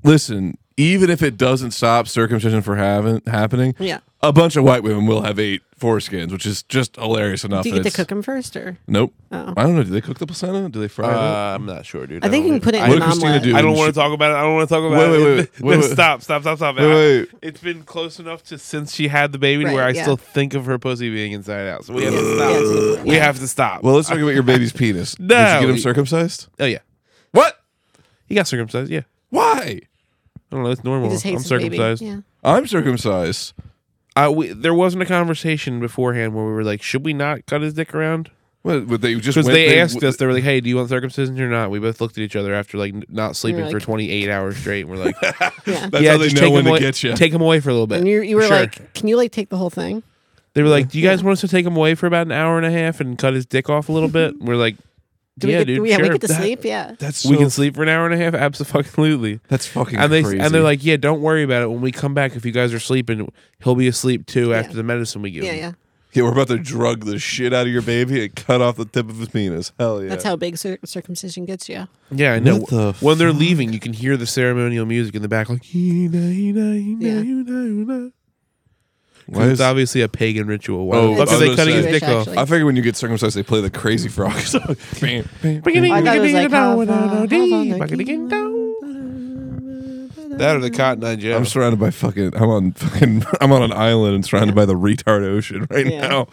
C: listen, even if it doesn't stop circumcision from having happening,
D: yeah.
C: a bunch of white women will have eight foreskins, which is just hilarious enough.
D: Do you
C: that
D: get to
C: it's-
D: cook them first or?
C: Nope.
D: Oh.
C: I don't know. Do they cook the placenta? Do they
B: Uh,
C: fry it?
B: I'm not sure, dude.
D: I think you
B: don't
D: can put it
B: I
D: in
C: What
D: an
C: did Christina
D: omelet.
C: do?
B: I don't
C: Dude,
B: want
C: she-
B: to talk about it. I don't want to talk about
C: Wait,
B: it. [laughs]
C: wait, wait, wait,
B: no,
C: wait.
B: stop, stop, stop, stop.
C: Wait, wait.
B: It's been close enough to since she had the baby to
D: Right,
B: where I
D: yeah.
B: still think of her pussy being inside out. So we have to
D: Yeah, it's a good
B: stop.
D: point.
B: We
D: Yeah.
B: have to stop.
C: Well, let's talk about your
B: [laughs]
C: baby's penis.
B: No.
C: Did you get him circumcised?
B: oh yeah,
C: What?
B: he got circumcised. Yeah,
C: Why?
B: I don't know. It's
D: He
B: normal.
D: just
B: I'm
D: hates his baby.
B: circumcised.
D: Yeah.
C: I'm circumcised.
B: I, we, there wasn't a conversation beforehand where we were like, should we not cut his dick around?
C: What? Would they just
B: Because
C: went-
B: they, asked
C: w-
B: us, they were like, hey, do you want circumcision or not? We both looked at each other after like n- not sleeping for
D: like-
B: 28 hours straight. And we're
C: [laughs]
B: like,
D: Yeah.
C: That's
B: yeah,
C: how they
B: just
C: know
B: take
C: when
B: him
C: to
B: away,
C: get you.
B: Take him away for a little bit.
D: And you you were
B: Sure.
D: like, can you like take the whole thing?
B: they were like, do you guys want us to take him away for about an hour and a half and cut his dick off a little bit? And we're like,
D: Do
B: yeah,
D: we get,
B: dude,
D: yeah,
B: sure.
D: we get to
B: That-
D: sleep. Yeah.
C: That's
B: we
C: so-
B: can sleep for an hour and a half, absolutely.
C: That's fucking
B: And they
C: crazy.
B: and they're like, yeah, don't worry about it. When we come back, if you guys are sleeping, he'll be asleep too after the medicine we give
D: Yeah,
B: him.
D: yeah.
C: yeah, we're about to drug the shit out of your baby and cut off the tip of his penis. Hell yeah.
D: That's how big cir- circumcision gets
B: [laughs]
D: you.
B: Yeah, I know.
C: What the
B: when they're leaving, you can hear the ceremonial music in the back, like "Hina, hina, hina,
D: Yeah.
B: hina, hina." 'Cause
C: Why
B: it's
C: is-
B: obviously a pagan ritual. Why
C: Oh,
B: the fuck
C: I
B: are
C: was
B: they
C: gonna
B: cutting his
C: say.
B: dick off?
D: Actually.
C: I figure when you get circumcised, they play the crazy frog [laughs] song. Bam, bam, bam.
D: I thought it was like, have a- have a
B: That or the Cotton Eye Joe.
C: I'm surrounded by fucking. I'm on fucking. [laughs] I'm on an island and surrounded by the retard ocean right
D: Yeah.
C: now.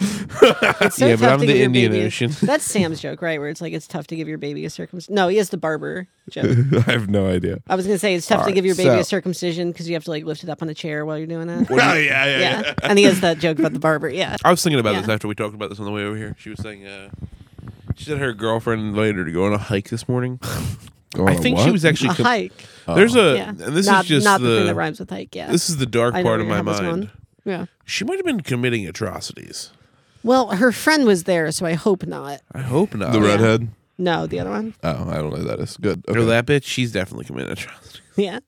D: It's so
B: Oh, Yeah, but
D: tough
B: I'm
D: to
B: the
D: give your
B: Indian
D: baby-
B: Ocean.
D: [laughs] That's Sam's joke, right? Where it's like it's tough to give your baby a circumcision. No, he has the barber joke.
B: [laughs]
C: [laughs] I have no idea.
D: I was gonna say it's tough to
C: Alright,
D: give your baby
C: so-
D: a circumcision because you have to like lift it up on a chair while you're doing it.
C: Oh yeah, yeah,
D: yeah, and he has that joke about the barber.
B: [laughs]
D: Yeah,
B: I was thinking about this
D: Yeah.
B: after we talked about this on the way over here. She was saying, uh, she said her girlfriend invited her to go on a hike this morning,
C: Going
B: I
C: on
B: think
C: what?
B: she was actually.
D: a
B: com-
D: hike.
B: there's a.
D: yeah.
B: And this
D: not,
B: is just
D: not the,
B: the.
D: thing that rhymes with hike. Yeah.
B: this is the dark
D: I know
B: part of
D: you
B: my
D: have this one.
B: mind.
D: Yeah.
B: She might have been committing atrocities.
D: Well, her friend was there, so I hope not.
B: I hope not.
C: the redhead.
D: No, the other one.
C: Oh, I don't know who that is. Good.
B: Or
C: Okay.
B: that bitch. She's definitely committing atrocities.
D: Yeah.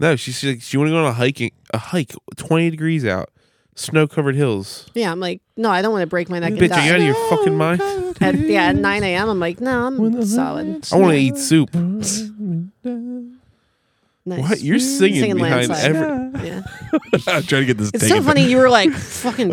B: No, she's like she want to go on a hiking a hike, twenty degrees out, snow covered hills.
D: Yeah. I'm like, no, I don't want to break my neck and
B: Bitch, are you out
D: die.
B: of your fucking mind?
D: At, yeah, at 9 a.m., I'm like, no, I'm solid.
B: I want to eat soup.
D: Nice.
B: What you're singing,
D: Singing
B: behind
D: landslide.
B: every?
D: Yeah.
C: [laughs] I'm trying to get this.
D: It's so
C: taken down.
D: funny. You were like fucking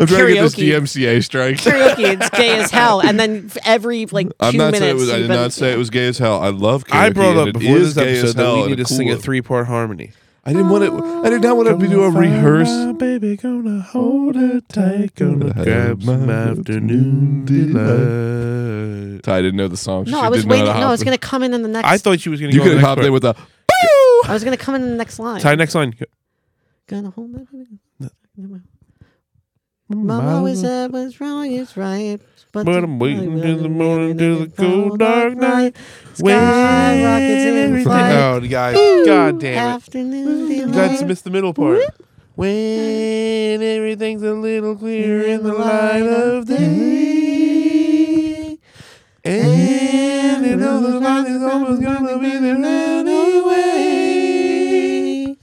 C: [laughs] I'm trying to get this
D: karaoke.
C: DMCA strike.
D: [laughs] karaoke. It's gay as hell. And then f- every like 2
C: I'm not
D: minutes,
C: saying it was. I
D: you've
C: did
D: been-
C: not say it was gay as hell. I love. Karaoke
B: I brought
C: and
B: up
C: it
B: before
C: is
B: this
C: gay as
B: episode that
C: hell
B: we
C: and
B: need to
C: a
B: sing
C: cool-
B: a three part harmony.
C: I didn't want to. I did not want to do a rehearse.
B: baby, gonna hold her tight, gonna
C: Have
B: grab some
C: my
B: afternoon delight.
C: Ty didn't know the song.
D: No,
C: She
D: I was
C: did not
D: waiting.
C: hop
D: No, I was
C: in.
D: gonna come in in the next.
B: I thought she was gonna.
C: You
B: go on
C: could
B: the
C: have hopped
B: next
C: in
B: part.
C: with a.
D: I was gonna come in the next line.
B: Ty, next line.
D: Gonna hold my baby. Mom always said what's wrong is right.
B: Mm, But
D: the-
B: I'm waiting till the
D: I'm
B: morning, till the
D: waiting till
B: cold dark night.
D: Skyrockets in the
B: Everything-
D: flight.
B: Oh, guys. God damn it.
D: Afternoon
B: You
D: delight.
B: guys missed the middle part. When everything's a little clearer in the light of day. And another light is almost gonna be there anyway.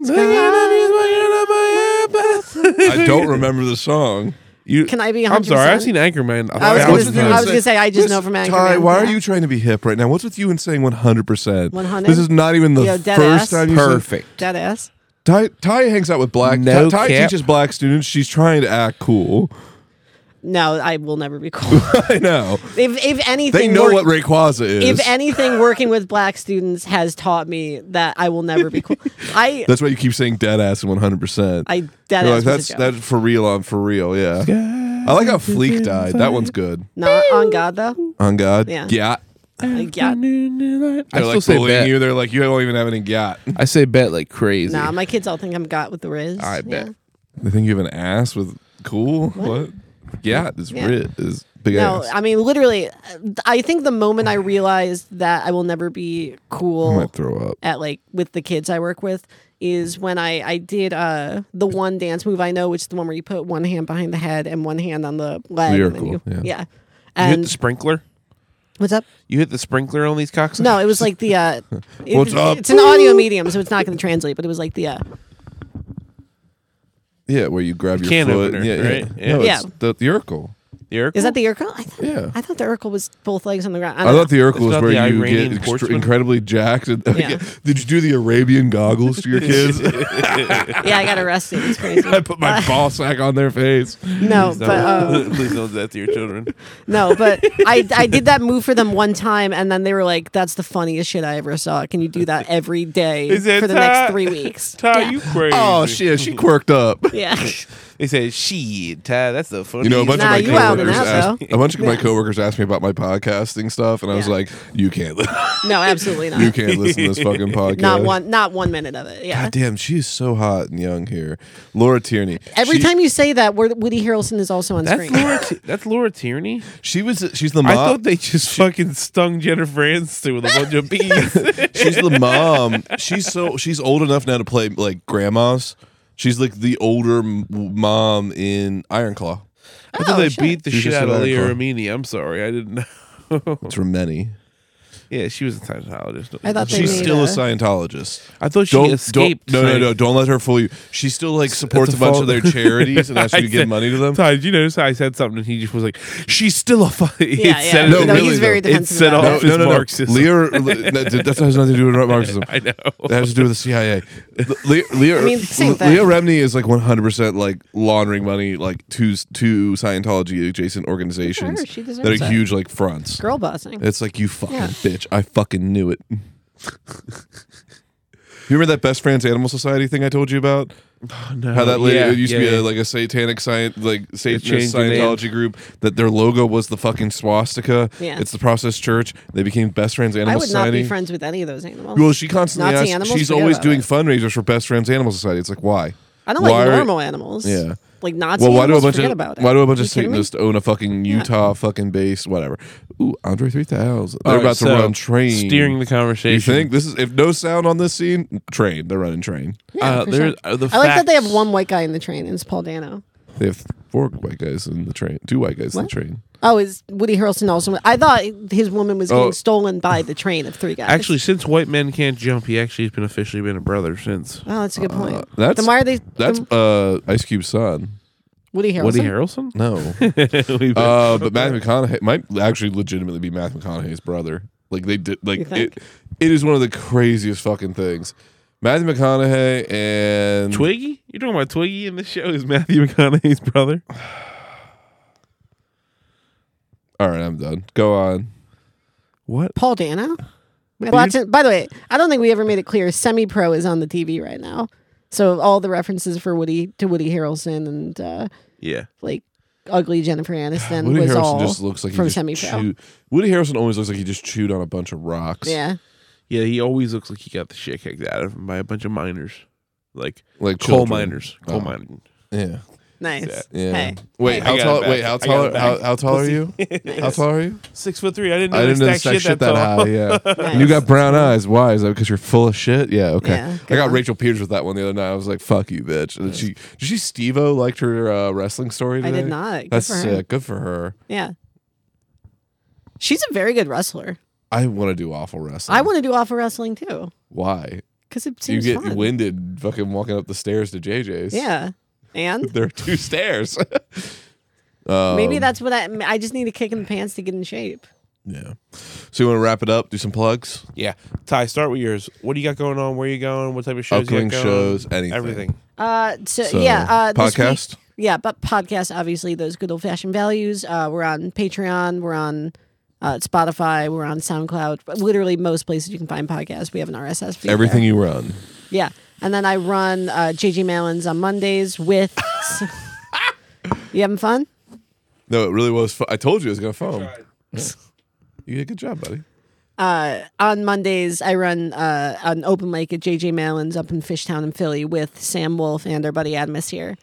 B: Looking at me, looking at my apples.
C: I don't remember the song.
B: [laughs] You,
D: Can I be? 100%?
B: I'm sorry, I've seen Anchorman. a
D: I was
B: thousand
D: gonna- I
B: times.
D: was gonna say, I just know from
C: Ty,
D: Anchorman.
C: why are
D: Yeah.
C: you trying to be hip right now? What's with you and saying 100? percent
D: 100?
C: This is not even the
D: Yo, dead
C: first
D: ass.
C: time you said-
B: Perfect.
D: Dead ass.
C: Ty, Ty hangs out with black.
B: No
C: Ty, Ty
B: cap.
C: teaches black students. She's trying to act cool.
D: No, I will never be
B: [laughs]
D: cool.
C: [laughs] I know.
D: if if anything,
C: They know what
D: work-
C: Rayquaza is. [laughs]
D: If anything, working with black students has taught me that I will never
B: [laughs]
D: be cool. I
C: that's why you keep saying dead ass and 100. percent
D: I that
C: You're like,
D: ass was
C: that's
D: a joke.
C: that's for real on for real, yeah. I like how Fleek died. That one's good.
D: Not on God though.
C: On God,
D: Yeah.
C: Yacht.
D: Like, yeah.
C: They're
B: I still
C: like
B: say
C: bullying
B: bet.
C: you. They're like, you don't even have any [laughs] yacht.
B: I say bet like crazy.
D: Nah, my kids all think I'm got with the Riz.
B: I bet.
C: They think you have an ass with cool. What? Yacht is
D: Yeah.
C: ri- is big
D: No,
C: ass.
D: I mean literally. I think the moment I realized that I will never be
C: I
D: cool
C: might throw up.
D: at like with the kids I work with is when I I did uh the one dance move I know, which is the one where you put one hand behind the head and one hand on the leg. and then
C: Lyrical,
D: you-
C: yeah.
D: yeah.
B: you hit the
D: And
B: sprinkler.
D: what's up?
B: You hit the sprinkler on these cocks.
D: No, it was like the. Uh, it-
C: What's up?
D: It's an audio medium, so it's not going to translate. But it was like the. Uh,
C: Yeah, where you grab your
B: can
C: foot.
B: opener,
C: yeah, yeah.
B: right? Yeah.
C: No,
D: Yeah.
C: it's the, the Urkel.
B: Eric,
D: is that the Urkel? I thought,
C: Yeah.
D: I thought the Urkel was both legs on the ground.
C: I thought the Urkel was
B: not
C: where
B: the
C: you
B: Iranian
C: get extr
B: Portsman.
C: incredibly jacked. [laughs] And,
D: Yeah.
C: Did you do the Arabian goggles [laughs] to your
D: [laughs]
C: kids?
D: the. Yeah, I got arrested. It's crazy.
C: I put my ball sack on their face.
D: no, but uh,
B: please don't do that to your children.
D: no,
B: [laughs]
D: but I I did that move for them one time, and then they were like, "That's the funniest shit I ever saw. Can you do that every day
B: Is it
D: for the
B: Ty-
D: next three weeks?"
B: Ty,
D: yeah.
B: you crazy?
C: Oh shit, she quirked up.
D: Yeah.
B: [laughs]
D: [laughs]
B: They said shit, Ty. That's the funny.
C: [laughs] You know, a bunch
D: Nah,
C: of
D: you
C: my
D: out and
C: coworkers
D: out,
C: asked, a bunch of
D: [laughs]
C: my coworkers asked me about my podcasting stuff, and I was
D: Yeah.
C: like, "You can't,
D: [laughs]
C: li-
D: No, absolutely not.
C: you can't listen to this fucking podcast."
D: Not one. Not one minute of it. Yeah.
C: God damn, she is so hot and young here, Laura Tierney.
D: Every
C: she,
D: time you say that, word- Woody Harrelson is also on
B: That's
D: screen.
B: Laura. T- that's Laura Tierney.
C: she was, she's the mom.
B: I thought they just fucking stung Jennifer Aniston with a bunch
D: [laughs]
B: of bees. [laughs]
C: she's [laughs] the mom. She's so she's old enough now to play like grandmas. She's like the older m- mom in Iron Claw.
B: I thought they
D: Oh, shit.
B: beat the
C: She's
B: shit
C: just
B: out of
C: an
B: Leah
C: icon.
B: Remini. I'm sorry, I didn't know. [laughs]
C: It's from many.
B: yeah, she was a Scientologist.
D: I thought they
C: She's
D: made
C: still a
D: a-
C: Scientologist.
B: I thought she escaped.
C: Don't, no, no,
B: Science.
C: no! Don't let her fool you. She still like supports a,
B: That's a
C: bunch
B: fault.
C: of
B: [laughs]
C: their charities and asks you to give
B: said-
C: money to them.
B: Ty, did you notice how I said something and he just was like, "She's still [laughs] a fuck."
D: Yeah, yeah.
C: No, No, really, he's
D: very though. defensive
B: It set
D: about
B: off his Marxism.
C: Lear, Le- no, that has nothing to do with Marxism.
B: [laughs] I know.
C: That has to do with the CIA. Leah, Leah,
D: [laughs] I mean, same thing.
C: Leah Remney is like 100% like laundering money like to to Scientology adjacent organizations
D: her. She deserves
C: that are
D: it.
C: huge like fronts.
D: [laughs] Girl bossing.
C: It's like you fucking
D: Yeah.
C: bitch. I fucking knew it. [laughs] you remember that best friends animal society thing I told you about?
B: No,
C: How that lady
B: yeah,
C: it used
B: yeah,
C: to be
B: yeah.
C: a, like a satanic science like
B: changed
C: satanist
B: the name.
C: Scientology group that their logo was the fucking swastika.
D: Yeah.
C: It's the process church. They became best friends animal
D: I would not
C: society.
D: be friends with any of those animals.
C: Well, she constantly
D: Nazi
C: asks.
D: animals?
C: She's
D: Forget
C: always
D: about
C: doing
D: it.
C: fundraisers for Best Friends Animal Society. It's like why?
D: I don't
C: Why
D: like
C: are-
D: normal animals.
C: Yeah.
D: Like Nazi
C: Well, why do a
D: animals,
C: bunch
D: forget
C: of
D: about it.
C: why do a bunch
D: You
C: of
D: kidding me?
C: Satanists own a fucking Utah fucking base, whatever? Ooh, Andre three thousand. They're
B: All right,
C: about
B: so,
C: to run train.
B: Steering the
C: Do
B: conversation.
C: you think this is if no sound on this scene? Train. They're running train.
D: Yeah,
B: uh,
D: for
B: there,
D: sure.
B: uh, the
D: I like that they have
B: facts-
D: one white guy in the train, and it's Paul Dano.
C: They have four white guys in the train. Two white guys in the
D: What?
C: train.
D: Oh, is Woody Harrelson also? I thought his woman was
C: Oh.
D: getting stolen by the train of three guys.
B: Actually, since white men can't jump, he actually has been officially been a brother since
D: oh, that's a good point.
C: uh, that's-
D: then why are they?
C: That's
D: then
C: uh Ice Cube's son.
D: Woody Harrelson.
B: Woody Harrelson.
C: No.
B: [laughs] We've-
D: [laughs]
C: Uh, but Matthew McConaughey might actually legitimately be Matthew McConaughey's brother. Like they did,
D: You
C: like
D: think?
C: it. It is one of the craziest fucking things. Matthew McConaughey and
B: Twiggy? You're talking about Twiggy in the show? Is Matthew [laughs] McConaughey's brother?
C: All right, I'm done. Go on.
B: What?
D: Paul Dano. Well, that's it. By the way, I don't think we ever made it clear. Semi Pro is on the TV right now, so all the references for Woody to Woody Harrelson and uh,
B: Yeah.
D: like ugly Jennifer
C: [sighs]
D: Aniston
C: Woody
D: was
C: Harrelson
D: all
C: just looks like he
D: from
C: just
D: Semi Pro.
C: chewed. Woody Harrelson always looks like he just chewed on a bunch of rocks.
D: Yeah,
B: Yeah, he always looks like he got the shit kicked out of him by a bunch of miners. Like
C: like
B: coal
C: children.
B: miners. Coal
C: Oh.
B: mining.
C: Yeah,
D: nice.
C: yeah.
D: Hey.
C: Wait,
D: Hey.
C: how
B: I got
C: tall?
B: it back.
C: Wait, how
B: I got
C: tall?
B: it back.
C: How, how tall are
B: [laughs]
C: you? How tall are you?
B: Six foot three. I didn't know
C: I didn't
B: this
C: know this
B: stack
C: stack
B: shit,
C: shit
B: that,
C: that high.
B: tall. [laughs]
C: Yeah.
D: [laughs] Nice.
C: You got brown eyes. Why? Is that because you're full of shit? Yeah. Okay.
D: Yeah,
C: I
D: good
C: got
D: one.
C: Rachel Peters with that one the other night. I was like, "Fuck you, bitch." And then she did she Steve-O liked her uh, wrestling story.
D: I
C: Today?
D: did not. Good
C: That's
D: for her.
C: sick. Good for her.
D: Yeah. She's a very good wrestler.
C: I want to do awful wrestling.
D: I want to do awful wrestling too
C: Why?
D: because it
C: You
D: seems
C: get
D: fun.
C: winded fucking walking up the stairs to JJ's.
D: Yeah, and
C: [laughs] There are two stairs. [laughs] Um,
D: maybe that's what I. I just need a kick in the pants to get in shape.
C: Yeah. So you want to wrap it up? Do some plugs.
B: Yeah. Ty, start with yours. What do you got going on? Where you going? What type of shows
C: Upcoming
B: you got going on?
C: shows. Anything.
B: Everything.
D: Uh, so,
C: So,
D: yeah, uh, this week-
C: podcast?
D: yeah, but podcast, obviously, those good old fashioned values. Uh, we're on Patreon, we're on uh, Spotify, we're on SoundCloud, but literally most places you can find podcasts. We have an RSS feed. there.
C: Everything you run.
D: Yeah, and then I run uh, JJ Mallon's on
C: [laughs]
D: Mondays with. [laughs] you having fun?
C: No, it really was. Fu- I told you it was gonna foam. [laughs] You did a good job, buddy.
D: uh, on Mondays, I run uh, an open mic at JJ Mallon's up in Fishtown in Philly with Sam Wolf and our buddy Admus here.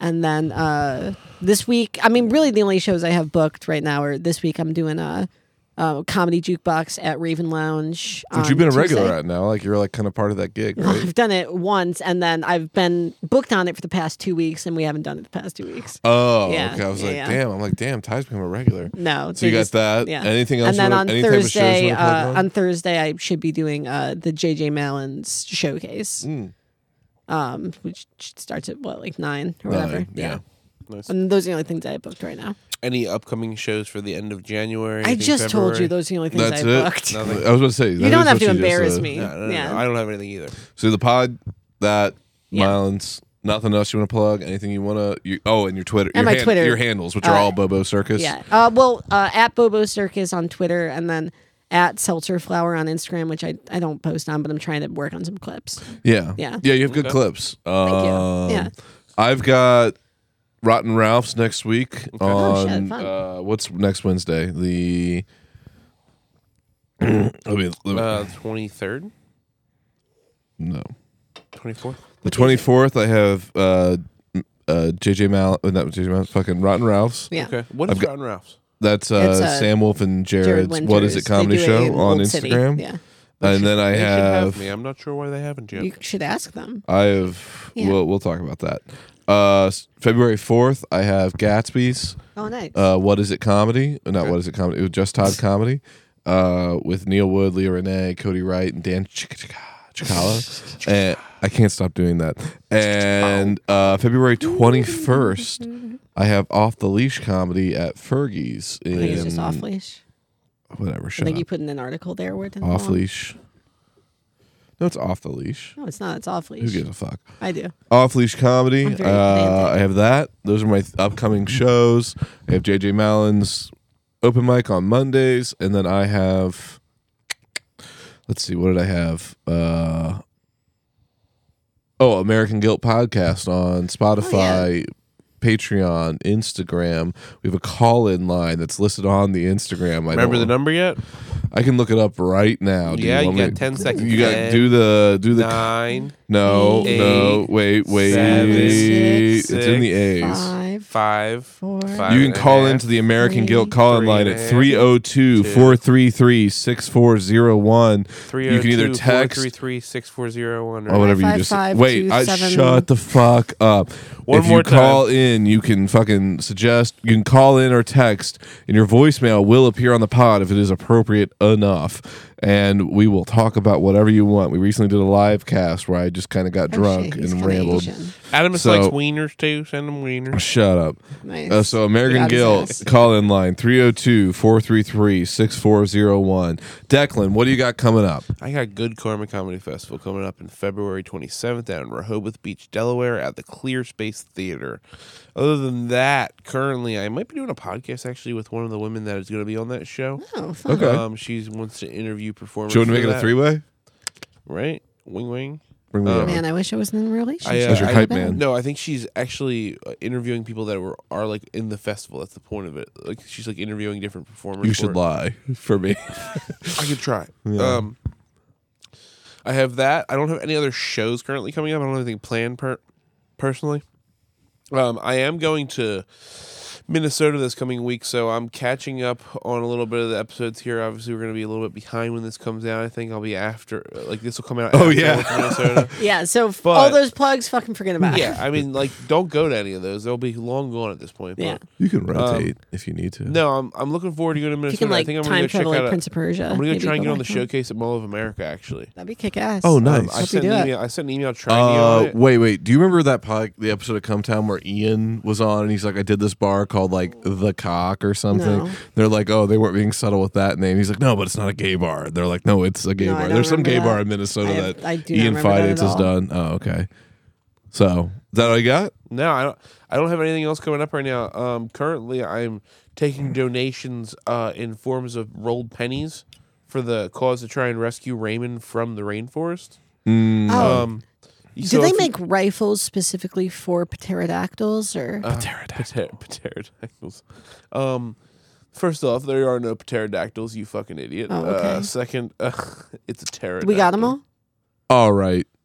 D: And then uh, this week, I mean, really the only shows I have booked right now are this week I'm doing a, uh comedy jukebox at Raven Lounge.
C: But
D: on
C: you've been a
D: Tuesday.
C: regular at now. Like you're like kind of part of that gig, right?
D: [laughs] I've done it once, and then I've been booked on it for the past two weeks, and we haven't done it the past two weeks.
C: Oh,
D: Yeah,
C: okay. I was
D: yeah,
C: like,
D: yeah. Mm,
C: damn. I'm like, damn. Ty's become a regular.
D: No,
C: So you
D: they
C: got
D: just-
C: that.
D: yeah.
C: Anything else?
D: and then
C: you wanna-
D: on
C: any type of shows you
D: Thursday,
C: wanna plug
D: uh,
C: on?
D: on Thursday, I should be doing uh, the JJ Mallon's showcase,
C: Mm.
D: um, which starts at what like nine or
C: Nine,
D: whatever.
C: yeah.
B: Nice.
D: And those are the only things I have booked right now.
B: Any upcoming shows for the end of January?
D: I
B: Anything
D: just told you
B: February?
D: those are the only things
C: That's it.
D: I booked.
C: I was going to say that
D: you don't
C: is
D: have
C: what
D: to
C: she just
D: embarrass
C: said.
D: me.
B: No, no, no,
D: yeah.
B: no. I don't have anything either.
C: So the pod that
D: Yeah.
C: Milan's nothing else you want to plug. Anything you want to? You, oh, and your Twitter. your
D: And my
C: hand-
D: Twitter.
C: Your handles, which are
D: Uh,
C: all Bobo Circus.
D: Yeah. Uh, well, uh, at Bobo Circus on Twitter, and then at Seltzer Flower on Instagram, which I, I don't post on, but I'm trying to work on some clips.
C: Yeah.
D: Yeah.
C: Yeah, you have good clips. Um,
D: you. Yeah.
C: I've got Rotten Ralph's next week
D: Oh, shit,
C: on
D: fun.
C: uh, what's next Wednesday? The [clears throat] I mean, let me-
B: Uh, 23rd,
C: no.
B: 24th.
C: The 24th I have uh m- uh JJ Mal not JJ Mal fucking Rotten Ralph's.
D: Yeah.
B: Okay. What is
C: I've got-
B: Round Ralph's?
C: That's uh,
D: It's, uh,
C: Sam Wolf and Jared's
D: Jared
C: What Is It
D: Winters. They
C: comedy
D: do it
C: show
D: in
C: on
D: Old City.
C: Instagram.
D: Yeah.
C: And then I
B: They should
C: have,
B: me. I'm not sure why they haven't yet.
D: You should ask them.
C: I have
D: Yeah.
C: we'll we'll talk about that. Uh s- February 4th I have Gatsby's
D: Oh, nice.
C: uh, what is it comedy? Uh, Not what is it comedy? It was just Todd comedy uh, with Neil Wood, Leah Renee, Cody Wright, and Dan Chik- Chik- Chikala. and I can't stop doing that. And uh, February twenty first, I have off the leash comedy at Fergie's
D: I think it's
C: in
D: just off leash.
C: whatever.
D: I
C: Shut
D: think you
C: up.
D: put in an article there where it didn't
C: Off
D: belong.
C: leash. No, it's off the leash.
D: No, it's not. It's off
C: Who
D: leash.
C: gives a fuck?
D: I do.
C: Off Leash Comedy.
D: I'm very
C: Uh,
D: pedantic.
C: I have that. Those are my th- upcoming shows. I have JJ Mallon's open mic on Mondays, and then I have. Let's see, what did I have? Uh, oh, American Guilt podcast
D: Oh,
C: on Spotify. Patreon, Instagram. We have a call in line that's listed on the Instagram. I
B: Remember the
C: don't-
B: number yet?
C: I can look it up right now. Do
B: yeah, you
C: want
B: got
C: me-
B: ten seconds.
C: You got
B: Ten,
C: do the do the
B: nine,
C: no
B: eight,
C: no wait wait
B: seven,
C: it's in the A's.
D: Five,
B: five,
D: four,
B: five
C: You
B: and
C: can
B: a
C: call
B: half.
C: into the American
D: three,
C: Guild call in
B: three
C: line
B: and a
C: at
B: half,
C: 302 433 6401.
B: Three oh
C: You can either text
B: three three six four zero one.
C: or whatever you
D: five,
C: just
D: five,
C: wait.
D: two,
C: I,
D: seven.
C: shut the fuck up.
B: One
C: if
B: more
C: you
B: time.
C: call in, you can fucking suggest. You can call in or text, and your voicemail will appear on the pod if it is appropriate enough, and we will talk about whatever you want. We recently did a live cast where I just kind of got
D: Oh,
C: drunk
D: shit, he's
C: and
D: kinda
C: rambled.
D: Asian.
B: Adamus
C: So-
B: likes wieners too. Send him wieners.
C: Shut up.
D: Nice.
C: Uh, so American
D: Got his
C: Gill
D: ass.
C: call in line 302-433-6401. Declan, what do you got coming up?
B: I got Good Karma Comedy Festival coming up in February 27th down in Rehoboth Beach, Delaware at the Clear Space Theater. Other than that, currently I might be doing a podcast actually with one of the women that is going to be on that show.
D: oh, fun.
C: Okay.
B: Um, she wants to interview performers.
C: do you want to
B: for
C: make it a
B: that,
C: three-way?
B: Right? Wing wing.
C: Bring me
B: Um,
C: up.
D: Oh, Man, I wish I wasn't in a relationship.
C: As your
B: I-
C: hype man.
B: No, I think she's actually uh, interviewing people that were are like in the festival. That's the point of it. Like she's like interviewing different performers.
C: You
B: for
C: should
B: it.
C: lie for me.
B: I could try. Um, I have that. I don't have any other shows currently coming up. I don't have anything planned per- personally. Um, I am going to Minnesota this coming week, so I'm catching up on a little bit of the episodes here. Obviously, we're going to be a little bit behind when this comes out. I think I'll be after, like this will come out.
C: Oh,
B: after
C: yeah.
B: I went to Minnesota.
C: [laughs]
D: Yeah, so f-
B: But-
D: all those plugs, fucking forget about it.
B: yeah. I mean, like, don't go to any of those. They'll be long gone at this point. But
D: [laughs] Yeah.
C: You can rotate if you need to.
B: No, I'm, I'm looking forward to going to
D: If you
B: Minnesota.
D: can, like,
B: I think I'm
D: time
B: going to go
D: travel
B: check
D: like
B: out.
D: Prince of Persia.
B: am going to
D: maybe
B: try and get on the
D: back there.
B: showcase at Mall of America. Actually.
D: That'd be kick ass.
C: Oh,
B: Um,
C: nice.
B: I
D: Hope
B: sent
D: you
B: an
D: do it.
B: email. I sent an email trying
C: Uh,
B: to.
C: wait, wait. Do you remember that pod, the episode of Come Town where Ian was on and he's like, I did this bar called like The Cock or something?
D: No.
C: They're like, oh, they weren't being subtle with that name. He's like, no, but it's not a gay bar. They're like, no, it's a gay
D: No, I
C: bar.
D: don't
C: There's some gay
D: remember
C: bar
D: that.
C: in Minnesota
D: I have-
C: that
D: I do not
C: Ian
D: remember that at
C: Finance has
D: all.
C: done. Oh, okay. So, is that all you got?
B: No, I don't. I don't have anything else coming up right now. Um, currently, I'm taking donations uh, in forms of rolled pennies for the cause to try and rescue Raymond from the rainforest.
C: Mm,
D: Oh,
B: Um,
D: do they make rifles specifically for pterodactyls or?
B: pterodactyls? Uh, pterodactyls. Um, first off, there are no pterodactyls. You fucking idiot.
D: Oh, okay.
B: Uh, second, [laughs] uh, it's a pterodactyl.
D: we got them all.
C: All right.
B: [laughs]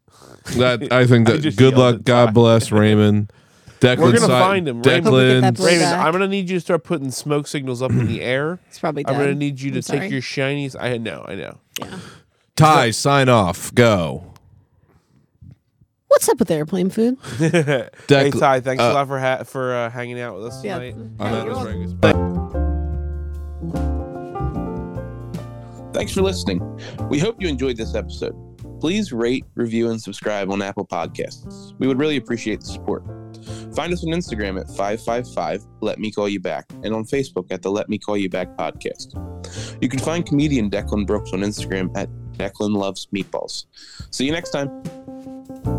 C: That I think
B: I
C: that
B: just
C: good luck.
B: yelled at
C: God
B: Ty.
C: bless
B: [laughs]
C: Raymond. Declan
B: We're gonna
C: Si-
B: find him. Raymond-
D: Hope we get that
C: Declan.
D: boy
B: Raymond,
D: back.
B: I'm gonna need you to start putting smoke signals up in
D: [clears throat]
B: the air.
D: It's probably dead.
B: I'm gonna need you to
D: I'm
B: take
D: sorry.
B: your shinies. I know, I know.
D: Yeah.
C: Ty, sign off. Go.
D: What's up with airplane food?
B: [laughs] hey
C: Declan.
B: Ty, thanks a lot for ha- for uh, hanging out with us
D: Yeah.
B: tonight.
C: I'm out of
D: Hey,
C: this ring.
A: Thanks for listening. We hope you enjoyed this episode. Please rate, review, and subscribe on Apple Podcasts. We would really appreciate the support. Find us on Instagram at 555 Let Me Call You Back and on Facebook at the Let Me Call You Back podcast. You can find comedian Declan Brooks on Instagram at Declan Loves Meatballs. See you next time.